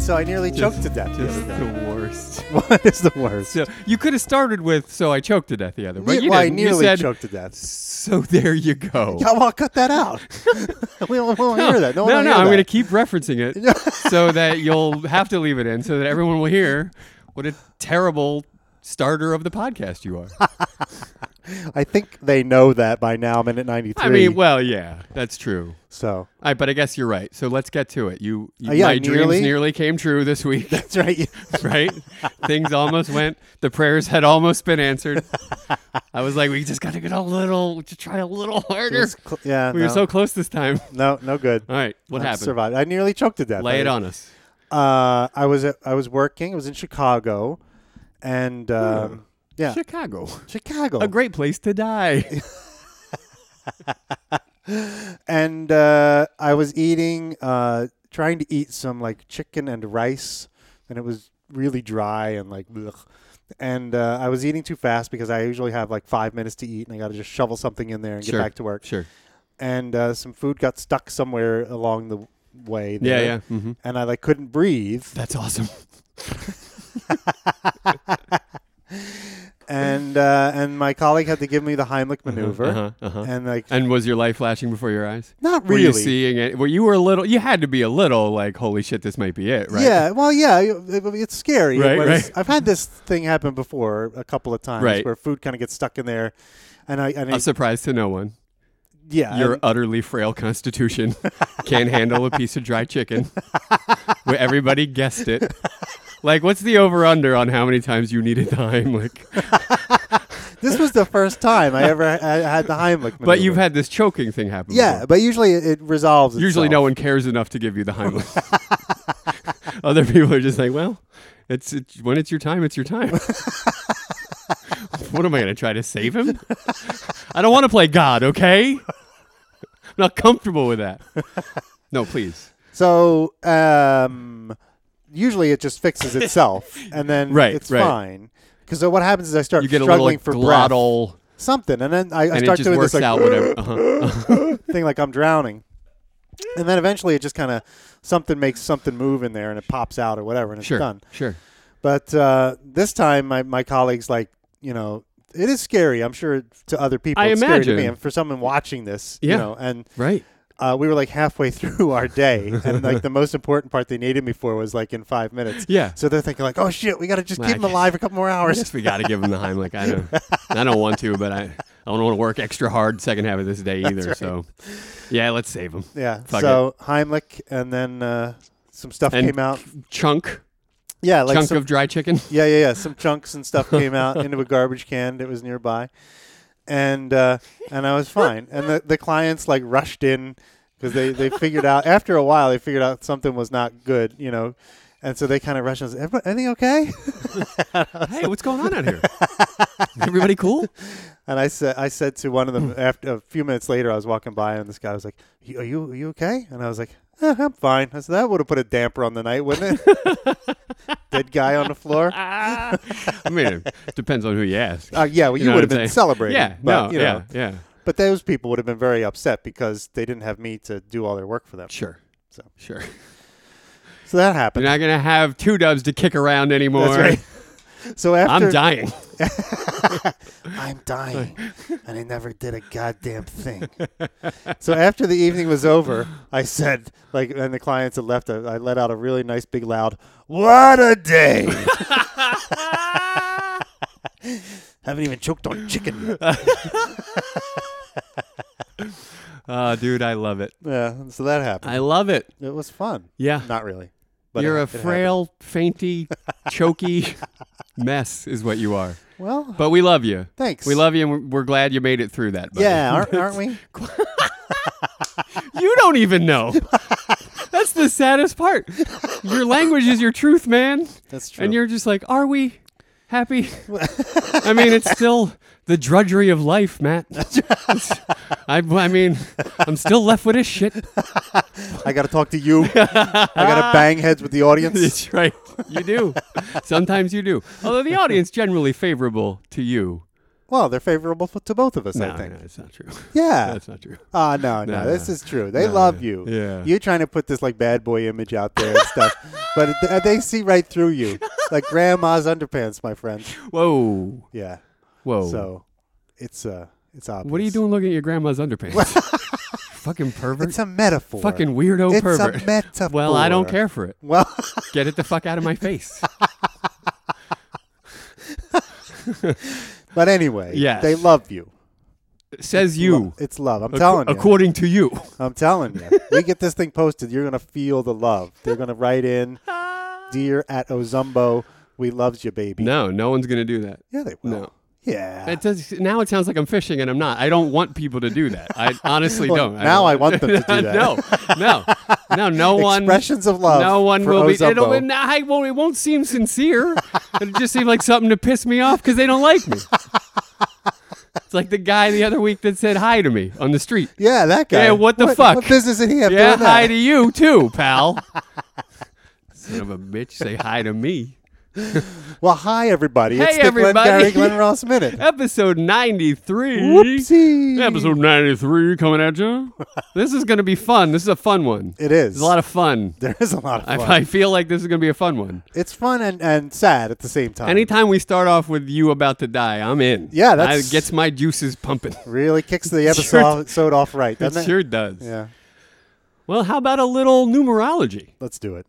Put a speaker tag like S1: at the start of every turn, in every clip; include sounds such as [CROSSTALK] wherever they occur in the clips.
S1: so I nearly choked to death.
S2: Just
S1: the other day.
S2: the worst.
S1: [LAUGHS] What is the worst?
S2: So you could have started with "So I choked to death the other," but
S1: Ne-
S2: you
S1: well, I
S2: didn't. You
S1: nearly
S2: said,
S1: choked to death.
S2: "So there
S1: [LAUGHS]
S2: you go."
S1: Yeah, well, I'll cut that out. [LAUGHS] we don't want to hear that. No, one
S2: no,
S1: will
S2: no
S1: hear that.
S2: I'm going to keep referencing
S1: [LAUGHS]
S2: it so that you'll have to leave it in, so that everyone will hear what a terrible starter of the podcast you are.
S1: I think they know that by now. I'm in at 93.
S2: I mean, well, yeah, that's true.
S1: so [LAUGHS]
S2: All right, but I guess you're right. So let's get to it. You, you
S1: Uh, yeah,
S2: my
S1: nearly.
S2: dreams nearly came true this week,
S1: that's
S2: [LAUGHS]
S1: right. You-
S2: right? Things almost went. The prayers had almost been answered. I was like, we just got to get a little, just try a little harder.
S1: It's cl- yeah,
S2: we
S1: no,
S2: were so close this time.
S1: no, no good.
S2: All right, what
S1: I
S2: happened?
S1: Survived. I nearly choked to death.
S2: Lay
S1: I,
S2: it on us.
S1: Uh, I was at, I was working. I was in Chicago, and um, yeah,
S2: Chicago,
S1: Chicago.
S2: a great place to
S1: [LAUGHS]
S2: die.
S1: and uh, I was eating, uh, trying to eat some like chicken and rice, and it was really dry and like, blech. and uh, I was eating too fast because I usually have like five minutes to eat, and I got to just shovel something in there and
S2: Sure.
S1: get back to work.
S2: sure.
S1: And uh, some food got stuck somewhere along the way.
S2: Yeah,
S1: there,
S2: yeah. hmm
S1: And I like couldn't breathe,
S2: That's awesome.
S1: and uh, and my colleague had to give me the Heimlich maneuver,
S2: Uh-huh, uh-huh.
S1: and like
S2: And was your light flashing before your eyes?
S1: not
S2: Were
S1: really.
S2: you seeing it? Well, you were a little. You had to be a little like, holy shit, this might be it, right?
S1: Yeah, well, yeah, it- it- it's scary.
S2: Right,
S1: It was-
S2: right.
S1: I've had this thing happen before a couple of times
S2: Right.
S1: where food kind of gets stuck in there, and I, and I
S2: A surprise to no one.
S1: yeah,
S2: Your
S1: and-
S2: utterly
S1: [LAUGHS]
S2: frail constitution can't handle a piece of dry chicken. Where everybody guessed it. Like, what's the over under on how many times you need a time? Like,
S1: this was the first time I ever ha- I had the Heimlich.
S2: [LAUGHS] but you've
S1: maneuver.
S2: had this choking thing happen.
S1: yeah,
S2: before.
S1: but usually it, it resolves.
S2: Usually, no
S1: itself.
S2: one cares enough to give you the Heimlich.
S1: [LAUGHS]
S2: Other people are just like, well, it's, it's when it's your time, it's your time. what am I going to try to save him? I don't want to play God, okay? I'm not comfortable with that. No, please.
S1: So um, usually it just
S2: [LAUGHS]
S1: fixes itself, and then
S2: Right,
S1: it's
S2: right.
S1: fine. Because what happens is I start
S2: You get a little
S1: struggling
S2: like,
S1: for breath,
S2: glottal,
S1: something, and then I, I
S2: and it
S1: start
S2: just
S1: doing
S2: works
S1: this like [LAUGHS]
S2: out whatever. Uh-huh.
S1: thing like I'm drowning. And then eventually it just kind of something makes something move in there and it pops out or whatever and it's
S2: Sure,
S1: done.
S2: sure.
S1: But uh, this time my, my colleagues like, you know, it is scary. I'm sure to other people
S2: I
S1: it's scary to me
S2: imagine.
S1: and for someone watching this, you
S2: Yeah.
S1: know, and
S2: Right.
S1: uh, we were like halfway [LAUGHS] through our day
S2: [LAUGHS]
S1: and like the most important part they needed me for was like in 5 minutes.
S2: Yeah.
S1: So they're thinking like, "Oh shit, we got to just
S2: Well,
S1: keep
S2: I
S1: him
S2: guess-
S1: alive a couple more
S2: I
S1: hours."
S2: guess we got to give him the Heimlich. I don't, I don't want to, but I, I don't want to work extra hard second half of this day either. So, [LAUGHS] yeah, let's save him.
S1: yeah.
S2: Fuck
S1: so Heimlich and then uh, some stuff
S2: And
S1: came out.
S2: Chunk.
S1: Yeah, like
S2: chunk
S1: some
S2: of dry chicken.
S1: Yeah, yeah, yeah. Some chunks and stuff came out
S2: [LAUGHS]
S1: into a garbage can that was nearby, and uh, and I was fine. And the, the clients like rushed in because they they figured out after a while they figured out something was not good, you know, and so they kind of rushed in. and said, "Everybody- Anything okay? [LAUGHS]
S2: hey, what's going on out here?
S1: [LAUGHS]
S2: Everybody cool?
S1: And I said I said to one of
S2: [LAUGHS]
S1: them after a few minutes later I was walking by and this guy was like, "You- "Are you are you okay?" And I was like. "Eh, I'm fine. I said that would have put a damper on the night, wouldn't it?
S2: [LAUGHS]
S1: Dead guy on the floor.
S2: I mean, it depends on who you ask.
S1: Uh, yeah, well, you,
S2: know
S1: would have
S2: what I'm
S1: been
S2: saying?
S1: celebrating.
S2: Yeah,
S1: but,
S2: no,
S1: you know,
S2: yeah, yeah.
S1: But those people would have been very upset because they didn't have me to do all their work for them.
S2: Sure.
S1: So.
S2: Sure.
S1: So that
S2: You're
S1: happened.
S2: not going to have two dubs to kick around anymore.
S1: That's right. So after [LAUGHS]
S2: I'm dying.
S1: I'm dying,
S2: [LAUGHS]
S1: and I never did a goddamn thing. [LAUGHS] so after the evening was over, I said, like, and the clients had left. I, I let out a really nice, big, loud, "What a
S2: [LAUGHS]
S1: day!" Haven't even choked on chicken. yet. Uh,
S2: Oh, dude, I love it.
S1: [LAUGHS] yeah, and so that happened.
S2: I love it.
S1: it was fun.
S2: Yeah.
S1: Not really. But
S2: You're
S1: it-
S2: a
S1: it happened.
S2: frail,
S1: [LAUGHS]
S2: fainty, choky mess, is what you are.
S1: Well,
S2: But we love you.
S1: thanks.
S2: We love you, and we're- we're glad you made it through that. buddy.
S1: Yeah, aren't, aren't we?
S2: [LAUGHS] You don't even
S1: [LAUGHS]
S2: know. That's the saddest part. Your language is your truth, man.
S1: That's true.
S2: And you're just like, are we
S1: [LAUGHS]
S2: happy? I mean, it's still the drudgery of life,
S1: [LAUGHS]
S2: Matt. It's- I, I mean, I'm still left with this shit.
S1: I got to talk to you. I
S2: [LAUGHS]
S1: got to bang heads with the audience.
S2: That's right. You do. Sometimes you do. Although the audience generally favorable to you.
S1: Well, they're favorable f- to both of us,
S2: No,
S1: I
S2: no,
S1: think.
S2: that's not true.
S1: Yeah.
S2: that's not true.
S1: [LAUGHS] Ah, no, no,
S2: No,
S1: this
S2: no.
S1: is true. They
S2: No,
S1: love
S2: yeah.
S1: you.
S2: Yeah.
S1: You're trying to put this like bad boy image out there and
S2: [LAUGHS]
S1: stuff, but th- they see right through you, like grandma's underpants, my friend.
S2: Whoa,
S1: Yeah.
S2: whoa.
S1: So, it's uh, it's obvious.
S2: Oh. what are you doing looking at your grandma's underpants? [LAUGHS] Fucking pervert.
S1: It's a metaphor.
S2: Fucking weirdo
S1: It's a
S2: pervert.
S1: metaphor.
S2: Well, I don't care for it.
S1: Well, [LAUGHS]
S2: Get it the fuck out of my face.
S1: but anyway,
S2: Yes.
S1: they love you. [LAUGHS]
S2: Says
S1: Lo-
S2: you.
S1: It's love. I'm
S2: ac-
S1: telling you.
S2: According
S1: [LAUGHS]
S2: to you.
S1: I'm telling
S2: [LAUGHS]
S1: you. we get this thing posted, you're gonna feel the love. They're gonna write
S2: [LAUGHS]
S1: in, dear at Ozumbo, we loves you, baby.
S2: No, no one's gonna do that.
S1: Yeah, they will.
S2: No.
S1: Yeah.
S2: It does, now it sounds like I'm fishing, and I'm not. I don't want people to do that. I honestly
S1: Well,
S2: don't.
S1: now
S2: don't-
S1: I
S2: [LAUGHS]
S1: want them to do that.
S2: no, no, no, no
S1: [LAUGHS]
S2: one.
S1: Expressions of love.
S2: No one
S1: for
S2: will be. It'll,
S1: Ozumbo.
S2: it, I won't, it won't seem sincere. It'll just seem like something to piss me off because they don't like me. it's like the guy the other week that said hi to me on the street.
S1: Yeah, that guy.
S2: Yeah, what the fuck?
S1: What business did he have
S2: Yeah,
S1: doing that?
S2: hi to you too, pal. Son of a bitch, say hi to me.
S1: Well, hi everybody.
S2: Hey,
S1: it's the
S2: everybody.
S1: Glenn Gary Glenn
S2: [LAUGHS]
S1: Ross minute.
S2: Episode 93.
S1: Whoopsie.
S2: Episode 93 coming at you. This is going to be fun. This is a fun one.
S1: It is.
S2: It's a lot of fun.
S1: [LAUGHS] there is a lot of
S2: I,
S1: fun.
S2: I feel like this is going to be a fun one.
S1: it's fun and, and sad at the same time.
S2: Anytime we start off with you about to die, I'm in.
S1: Yeah, that's-
S2: I, gets my
S1: [LAUGHS]
S2: juices pumping.
S1: really kicks
S2: [LAUGHS]
S1: the episode
S2: Sure.
S1: episode off right,
S2: It
S1: doesn't it?
S2: sure does.
S1: Yeah.
S2: Well, how about a little numerology?
S1: Let's do it.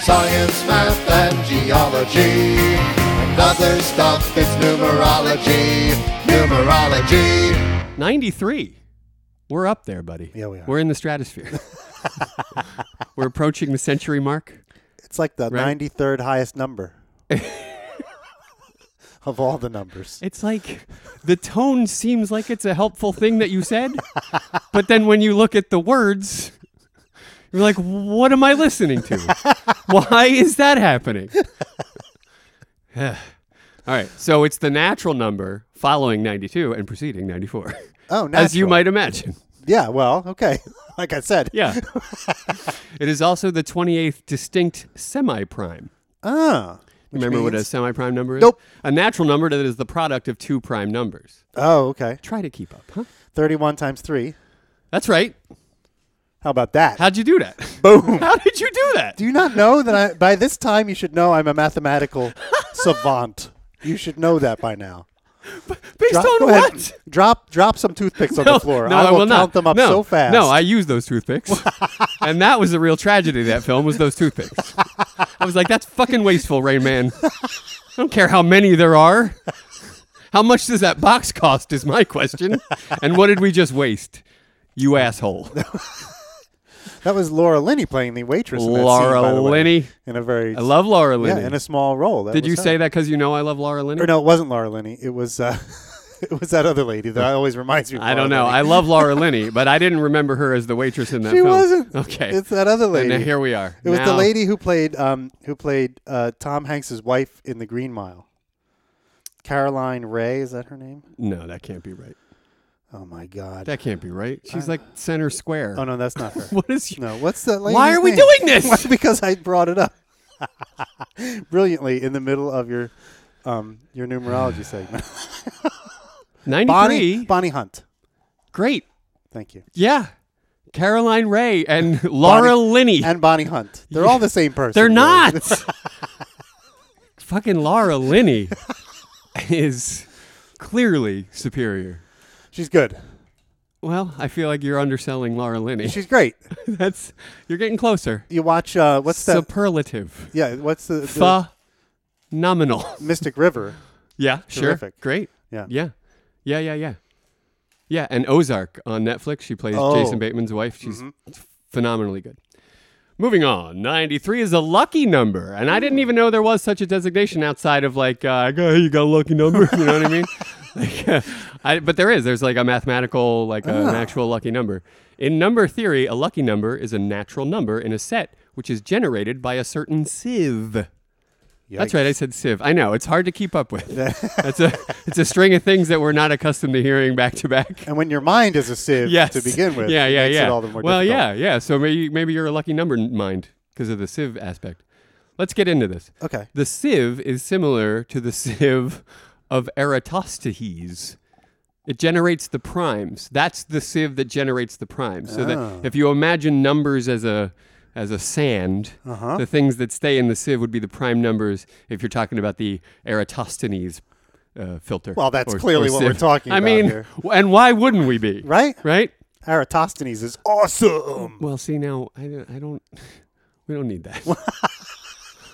S3: Science, math, and geology. And other stuff that's numerology. Numerology.
S2: 93. We're up there, buddy.
S1: Yeah, we are.
S2: We're in
S1: [LAUGHS]
S2: the stratosphere. We're approaching the century mark.
S1: It's like the
S2: Right?
S1: 93rd highest
S2: [LAUGHS]
S1: number of all the numbers.
S2: It's like the tone seems like it's a helpful thing that you said, but then when you look at the words, you're like, what am I listening to? Why is that happening? [SIGHS] All right, so it's the natural number following 92 and preceding 94,
S1: Oh, natural.
S2: as you might imagine.
S1: Yeah, well, okay. [LAUGHS] like I said. [LAUGHS]
S2: Yeah. it is also the 28th distinct semi prime.
S1: Ah. which
S2: Remember what a
S1: means-
S2: semi prime number is?
S1: Nope.
S2: A natural number that is the product of two prime numbers.
S1: Oh, okay.
S2: Try to keep up, huh?
S1: 31 times 3.
S2: That's right.
S1: How about that?
S2: How'd you do that? [LAUGHS]
S1: Boom.
S2: How did you do that?
S1: do you not know that I, by this time you should know I'm a
S2: [LAUGHS]
S1: mathematical savant? You should know that by now.
S2: Based
S1: Drop,
S2: on
S1: go
S2: what?
S1: ahead. Drop drop some toothpicks on the floor.
S2: no,
S1: I, will
S2: not.
S1: count them up
S2: no,
S1: so fast.
S2: No, I used those
S1: [LAUGHS]
S2: toothpicks, and that was the real tragedy of that film was those toothpicks. I was like, that's fucking wasteful, Rain Man. [LAUGHS] I don't care how many there are. How much does that box cost? Is my question. And what did we just waste? You asshole.
S1: that was Laura Linney playing the waitress. in that scene,
S2: Laura
S1: by the way,
S2: Linney.
S1: in a very
S2: I love Laura
S1: yeah,
S2: Linney.
S1: in a small role. That
S2: did
S1: was
S2: you
S1: her.
S2: say that because you know I love Laura Linney?
S1: Or no, it wasn't Laura Linney. It was uh, [LAUGHS] it was that other lady that always reminds me. Of
S2: I don't
S1: Laura
S2: know. I
S1: Linney.
S2: love Laura Linney, but I didn't remember her as the waitress in that
S1: she
S2: film.
S1: wasn't.
S2: [LAUGHS] Okay.
S1: it's that other
S2: And
S1: lady.
S2: now here we are.
S1: it was the
S2: Now-
S1: lady who played um, who played uh, Tom Hanks's wife in The Green Mile. Caroline Ray is that her name?
S2: No, that can't be right.
S1: Oh my God!
S2: That can't be right. She's like center square.
S1: Uh, oh no, that's not her.
S2: [LAUGHS] What is?
S1: no, what's that? Lady's
S2: Why are we
S1: name? [LAUGHS]
S2: doing this?
S1: Why? because I brought it up [LAUGHS] brilliantly in the middle of your um, your numerology
S2: [LAUGHS]
S1: segment. Bonnie
S2: Ninety-three.
S1: Bonnie Hunt.
S2: Great.
S1: Thank you.
S2: Yeah. Caroline
S1: [LAUGHS]
S2: Ray and Laura Linney.
S1: And Bonnie Hunt.
S2: [LAUGHS]
S1: They're all the same person. [LAUGHS]
S2: They're
S1: really.
S2: not. Fucking Laura Linney [LAUGHS] is clearly superior.
S1: She's good.
S2: Well, I feel like you're underselling Laura Linney. [LAUGHS]
S1: She's great.
S2: That's you're getting closer.
S1: You watch uh, what's that?
S2: Superlative.
S1: yeah, what's the, the
S2: Phenomenal.
S1: Mystic River?
S2: Yeah, [LAUGHS] sure.
S1: Terrific.
S2: Great.
S1: Yeah.
S2: Yeah. Yeah, yeah, yeah. Yeah, and Ozark on Netflix. She plays
S1: Oh. Mm-hmm.
S2: Jason Bateman's wife. She's phenomenally good. Moving on. 93 is a lucky number. And I didn't even know there was such a designation outside of like, uh, I go, "Hey, you got a lucky number. [LAUGHS] You know what
S1: [LAUGHS]
S2: I mean? Like, [LAUGHS] uh, I, but there is. There's like a mathematical, like uh,
S1: Ah.
S2: an actual lucky number. In number theory, a lucky number is a natural number in a set which is generated by a certain sieve. That's right. I said sieve. I know it's hard to keep
S1: [LAUGHS]
S2: up with. That's a it's a string of things that we're not accustomed to hearing back
S1: [LAUGHS]
S2: to back.
S1: And when your mind is a sieve
S2: Yes.
S1: to begin with,
S2: [LAUGHS] Yeah,
S1: it
S2: yeah,
S1: makes
S2: yeah.
S1: It all the more
S2: well,
S1: difficult.
S2: yeah, yeah. So maybe maybe you're a lucky number n- mind because of the sieve aspect. Let's get into this.
S1: Okay.
S2: The [LAUGHS] sieve is similar to the sieve of Eratosthenes. It generates the primes. That's the sieve that generates the primes. So
S1: Oh.
S2: that if you imagine numbers as a as a sand,
S1: Uh-huh.
S2: the things that stay in the sieve would be the prime numbers. If you're talking about the Eratosthenes uh, filter.
S1: Well, that's
S2: or-
S1: clearly
S2: or
S1: what we're
S2: sieve.
S1: talking
S2: I
S1: about
S2: mean,
S1: here.
S2: w- [LAUGHS] and why wouldn't we be?
S1: Right?
S2: Right.
S1: Eratosthenes is awesome.
S2: Well, see now, I don't. I don't [LAUGHS] we don't need that.
S1: [LAUGHS]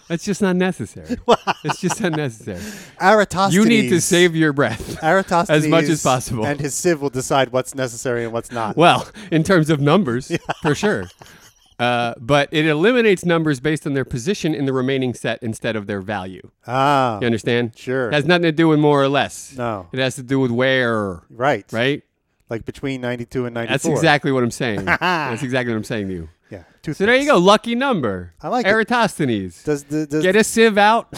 S2: That's just not necessary. it's just unnecessary.
S1: Eratosthenes.
S2: You need to save
S1: [LAUGHS]
S2: your breath.
S1: Eratosthenes
S2: as much as possible.
S1: and his sieve will decide what's necessary and what's not.
S2: Well, in terms of numbers, for sure. Uh, but it eliminates numbers based on their position in the remaining set instead of their value.
S1: ah,
S2: You understand?
S1: sure.
S2: It has nothing to do with more or less.
S1: No.
S2: It has to do with where,
S1: right,
S2: right?
S1: Like between ninety-two and ninety-four.
S2: That's exactly what
S1: [LAUGHS]
S2: I'm saying. That's exactly what I'm saying to you.
S1: Yeah. Two
S2: So there you go. Lucky number.
S1: I like it.
S2: Eratosthenes.
S1: Does the does,
S2: Get a sieve out.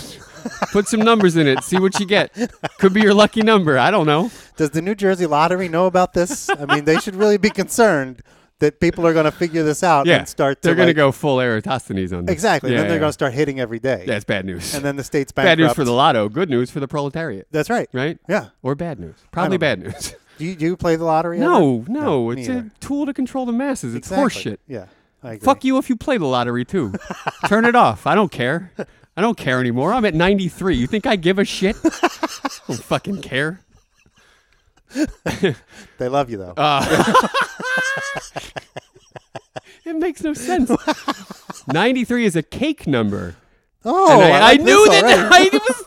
S2: Put some numbers in it. See what you get. Could be your lucky number. I don't know.
S1: does the New Jersey Lottery know about this? I mean, they should really be concerned that people are going to figure this out
S2: Yeah.
S1: and start.
S2: They're
S1: to
S2: gonna
S1: like-
S2: go full Eratosthenes on this.
S1: exactly.
S2: Yeah,
S1: and then they're
S2: yeah.
S1: going to start hitting every day.
S2: That's bad news.
S1: And then the state's
S2: [LAUGHS] bad
S1: bankrupt.
S2: news for the lotto. Good news for the proletariat.
S1: That's right.
S2: Right?
S1: Yeah.
S2: Or bad news. Probably bad news. [LAUGHS]
S1: Do you, do you play the lottery?
S2: No,
S1: ever?
S2: no.
S1: me
S2: It's
S1: either.
S2: a tool to control the masses. It's
S1: Exactly.
S2: horseshit.
S1: Yeah. I agree.
S2: Fuck you if you play the
S1: [LAUGHS]
S2: lottery too. Turn it off. I don't care. I don't care anymore. I'm at 93. You think I give
S1: [LAUGHS]
S2: a shit? I don't fucking care.
S1: They love you though.
S2: Uh, It makes no
S1: [LAUGHS]
S2: sense. 93 is a cake number.
S1: oh,
S2: And I, I
S1: like this
S2: knew that [LAUGHS]
S1: already.
S2: I was.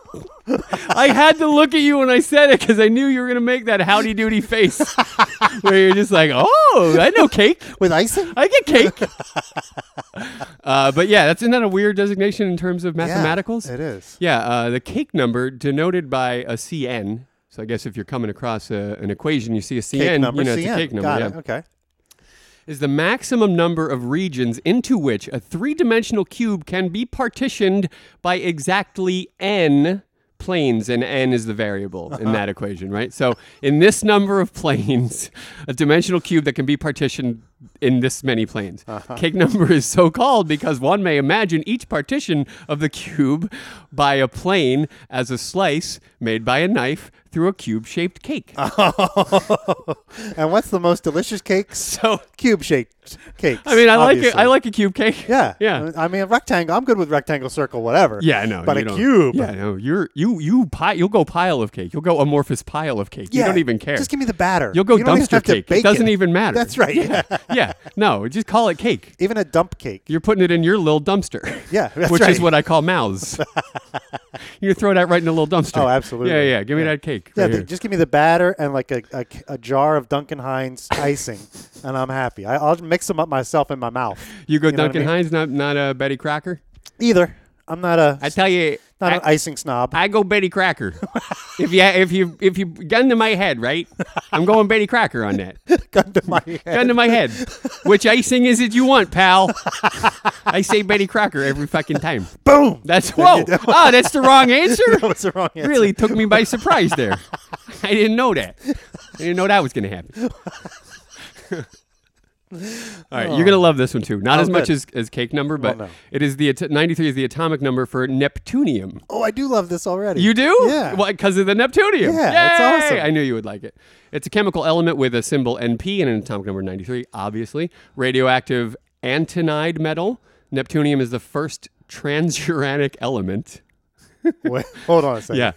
S2: I had to look at you when I said it because I knew you were gonna make that howdy
S1: [LAUGHS]
S2: doody face, where you're just like, "Oh, I know cake.
S1: with icing.
S2: I get cake." [LAUGHS] uh, but yeah, that's isn't that a weird designation in terms of mathematicals?
S1: Yeah, it is.
S2: Yeah, uh, the cake number denoted by a CN. So I guess if you're coming across a, an equation, you see a CN,
S1: Cake number.
S2: you know,
S1: CN.
S2: it's a cake number.
S1: Got
S2: yeah
S1: it. Okay.
S2: is the maximum number of regions into which a three dimensional cube can be partitioned by exactly n planes, and n is
S1: [LAUGHS]
S2: the variable in that equation, right? So, in this number of planes, a dimensional cube that can be partitioned in this many planes.
S1: Uh-huh.
S2: Cake number is so called because one may imagine each partition of the cube by a plane as a slice made by a knife through a cube shaped cake.
S1: Ah, [LAUGHS] and what's the most delicious cakes?
S2: [LAUGHS] So,
S1: Cube shaped cakes.
S2: I mean, I like
S1: obviously.
S2: it. I like a cube cake.
S1: Yeah.
S2: Yeah.
S1: I mean- I mean, a rectangle. I'm good with rectangle, circle, whatever.
S2: Yeah, I know.
S1: But
S2: you
S1: a
S2: don't-
S1: cube.
S2: Yeah, no. You're you you pi- You'll go pile of cake. You'll go amorphous pile of cake.
S1: Yeah,
S2: You don't even care.
S1: Just give me the batter.
S2: You'll go
S1: You don't even
S2: dumpster
S1: have to
S2: cake.
S1: bake
S2: It doesn't even matter.
S1: That's right. [LAUGHS]
S2: Yeah. yeah. No, just call it cake.
S1: Even a dump cake.
S2: You're putting it in your little dumpster.
S1: [LAUGHS] Yeah, that's
S2: which is
S1: right.
S2: what I call
S1: [LAUGHS]
S2: mouths. you throw that right in the little dumpster.
S1: Oh, absolutely.
S2: Yeah, yeah. Give me that cake.
S1: Yeah,
S2: right
S1: dude,
S2: here.
S1: just give me the batter and like a, a, a jar of Duncan
S2: [LAUGHS]
S1: Hines icing, and I'm happy. I, I'll mix them up myself in my mouth.
S2: you go
S1: know what I
S2: Duncan
S1: mean?
S2: Hines, not not a Betty Crocker.
S1: Either I'm not a
S2: I tell you,
S1: [LAUGHS] not
S2: I-
S1: an icing snob.
S2: I go Betty Crocker. if you if you if you gun to my head, right? I'm going Betty Crocker on that.
S1: [LAUGHS] gun to
S2: [LAUGHS]
S1: my head. [LAUGHS]
S2: Gun to my head. Which icing is it you want, pal? I say Betty Crocker every fucking time.
S1: Boom.
S2: That's whoa. Oh, that's the
S1: [LAUGHS]
S2: wrong answer.
S1: That was the wrong answer.
S2: Really took me by surprise there. I didn't know that. I didn't know that was gonna
S1: [LAUGHS]
S2: happen. All right, you're gonna love this one too. Not as much
S1: Oh, good.
S2: as, as cake number, but
S1: no.
S2: it is the at- 93 is the atomic number for neptunium.
S1: Oh, I do love this already.
S2: You do? [LAUGHS]
S1: Yeah.
S2: Because of the Neptunium.
S1: Yeah, that's
S2: Yay!
S1: awesome.
S2: I knew you would like it. It's a chemical element with a symbol NP and an atomic number 93, obviously. Radioactive antinide metal. Neptunium is the first transuranic element.
S1: Wait, hold on a second.
S2: Yeah,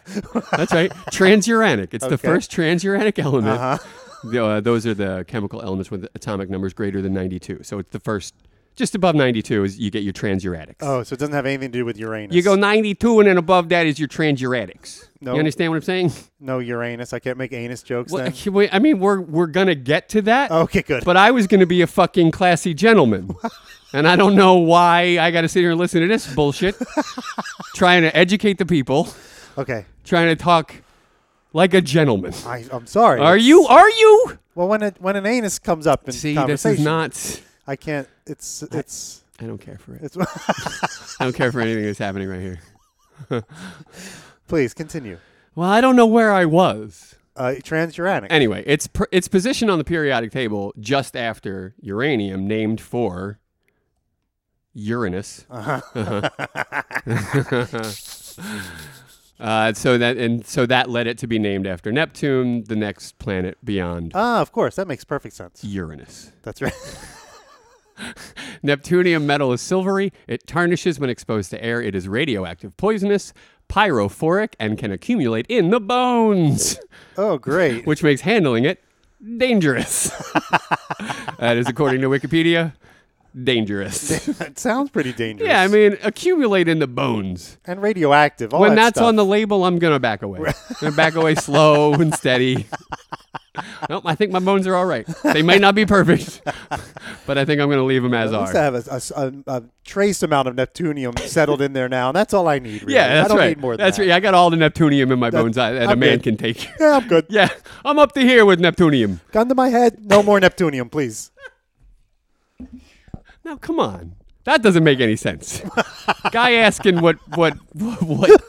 S1: [LAUGHS]
S2: that's right. Transuranic. It's the first transuranic element.
S1: Uh-huh.
S2: The, uh, those are the chemical elements with atomic numbers greater than 92. So it's the first, just above 92 is you get your transuranics.
S1: Oh, so it doesn't have anything to do with Uranus.
S2: You go 92 and then above that is your transuranics.
S1: No.
S2: You understand what I'm saying?
S1: no Uranus. I can't make anus jokes
S2: Well, [LAUGHS]
S1: then. Oh.
S2: okay, wait, I mean, we're we're gonna get to that.
S1: Okay, good.
S2: But I was gonna be a fucking
S1: [LAUGHS]
S2: classy gentleman, and I don't know why I got to sit here and listen to this
S1: [LAUGHS]
S2: bullshit, trying to educate the people,
S1: Okay,
S2: trying to talk like a gentleman.
S1: I, I'm sorry.
S2: Are you? Are you?
S1: Well, when it, when an anus comes up in
S2: See, this
S1: conversation,
S2: is not.
S1: I can't. It's it's
S2: I don't care for it.
S1: it's. [LAUGHS]
S2: I don't care for anything that's happening right here.
S1: please continue.
S2: Well, I don't know where I was.
S1: Uh, transuranic.
S2: Anyway, its per, its position on the periodic table just after uranium, named for Uranus. Uh-huh. [LAUGHS] Uh, so that and so that led it to be named after Neptune, the next planet beyond
S1: Ah, of course. That makes perfect sense.
S2: Uranus.
S1: That's right. [LAUGHS]
S2: Neptunium metal is silvery. It tarnishes when exposed to air. It is radioactive, poisonous, pyrophoric, and can accumulate in the bones,
S1: Oh, great.
S2: [LAUGHS] which makes handling it dangerous. [LAUGHS] that is according to Wikipedia. Dangerous.
S1: that sounds pretty dangerous.
S2: yeah, I mean, accumulate in the bones.
S1: and radioactive. All
S2: when
S1: that
S2: that's
S1: stuff.
S2: on the label, I'm gonna back away. I'm gonna back
S1: [LAUGHS]
S2: away slow and steady. nope, I think my bones are all right. They may not be perfect, [LAUGHS] but I think I'm gonna leave them as
S1: At
S2: are.
S1: least I have a, s- a- a- a trace amount of
S2: [LAUGHS]
S1: neptunium settled in there now, and that's all I need. Really.
S2: yeah, that's
S1: I don't
S2: right.
S1: need more than
S2: that's
S1: that.
S2: right. I got all the neptunium in my bones that, that a
S1: I'm
S2: man
S1: good.
S2: can take. [LAUGHS]
S1: Yeah, I'm good.
S2: yeah, I'm up to here with neptunium.
S1: Gun to my head.
S2: [LAUGHS]
S1: No more neptunium, please.
S2: Now, come on. That doesn't make
S1: [LAUGHS]
S2: any sense. Guy asking what what what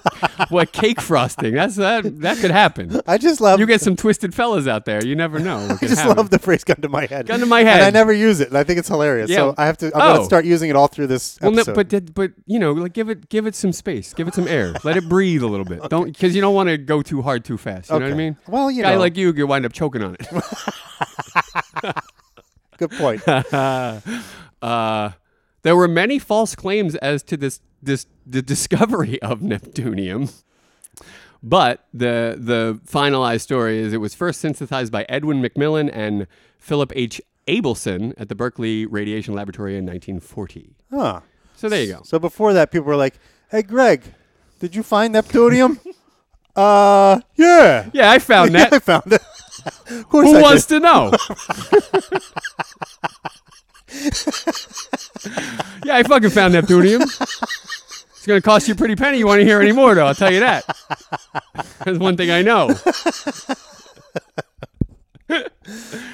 S2: what cake frosting? That's that that could happen.
S1: I just love.
S2: You get some twisted fellas out there. You never know.
S1: [LAUGHS]
S2: what
S1: I
S2: could
S1: just
S2: happen.
S1: love the phrase "gun to my head."
S2: Gun to my
S1: And I
S2: head.
S1: never use it. and I think it's hilarious.
S2: Yeah.
S1: So I have to. I'm
S2: Oh.
S1: gonna start using it all through this
S2: Well, no,
S1: episode.
S2: but did- but you know, like give it give it some space, give it some air, let it breathe a
S1: [LAUGHS]
S2: little bit. Don't because you don't want to go too hard too fast. You know what I
S1: Okay.
S2: mean?
S1: Well, you
S2: guy
S1: know.
S2: like you could wind up choking on it.
S1: good
S2: [LAUGHS]
S1: point.
S2: uh, there were many false claims as to this this the [LAUGHS] discovery of neptunium. But the the finalized story is it was first synthesized by Edwin McMillan and Philip H. Abelson at the Berkeley Radiation Laboratory in 1940.
S1: Huh.
S2: So there you go.
S1: So before that, people were like, "Hey, Greg, did you find
S2: [LAUGHS]
S1: neptunium?" uh, yeah.
S2: Yeah, I found
S1: Yeah,
S2: that.
S1: I found it. of course,
S2: [LAUGHS] Who
S1: I
S2: wants
S1: did. [LAUGHS]
S2: to know? yeah, I fucking found Neptunium. It's gonna cost you a pretty penny. You want to hear any more, though? I'll tell you that. That's one thing I know.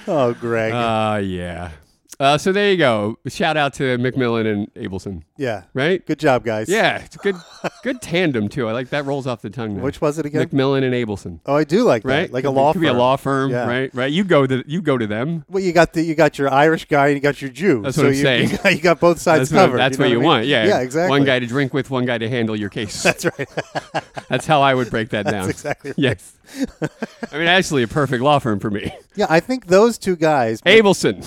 S1: Oh, Greg.
S2: Uh, yeah. Uh, so there you go. Shout out to McMillan and Abelson.
S1: yeah.
S2: Right?
S1: Good job, guys.
S2: Yeah, it's a good, good tandem too. I like that. Rolls off the tongue. Now.
S1: Which was it again?
S2: McMillan and Abelson.
S1: Oh, I do like that.
S2: Right?
S1: Like a
S2: Could be-
S1: law
S2: could
S1: firm.
S2: be a law firm.
S1: Yeah.
S2: Right? Right? You go to you go to them.
S1: Well, you got the you got your Irish guy and you got your Jew.
S2: That's
S1: so
S2: what I'm
S1: you,
S2: saying.
S1: [LAUGHS] You got, you got both sides
S2: That's what,
S1: covered.
S2: that's
S1: you know
S2: what you
S1: I mean?
S2: want. Yeah.
S1: Yeah. Exactly.
S2: One guy to drink with, one guy to handle your
S1: [LAUGHS]
S2: case.
S1: That's right.
S2: [LAUGHS] That's how I would
S1: [LAUGHS]
S2: break that down. [LAUGHS]
S1: exactly right.
S2: Yes. I mean, actually, a perfect law firm for me.
S1: Yeah, I think those two guys. [LAUGHS]
S2: Abelson,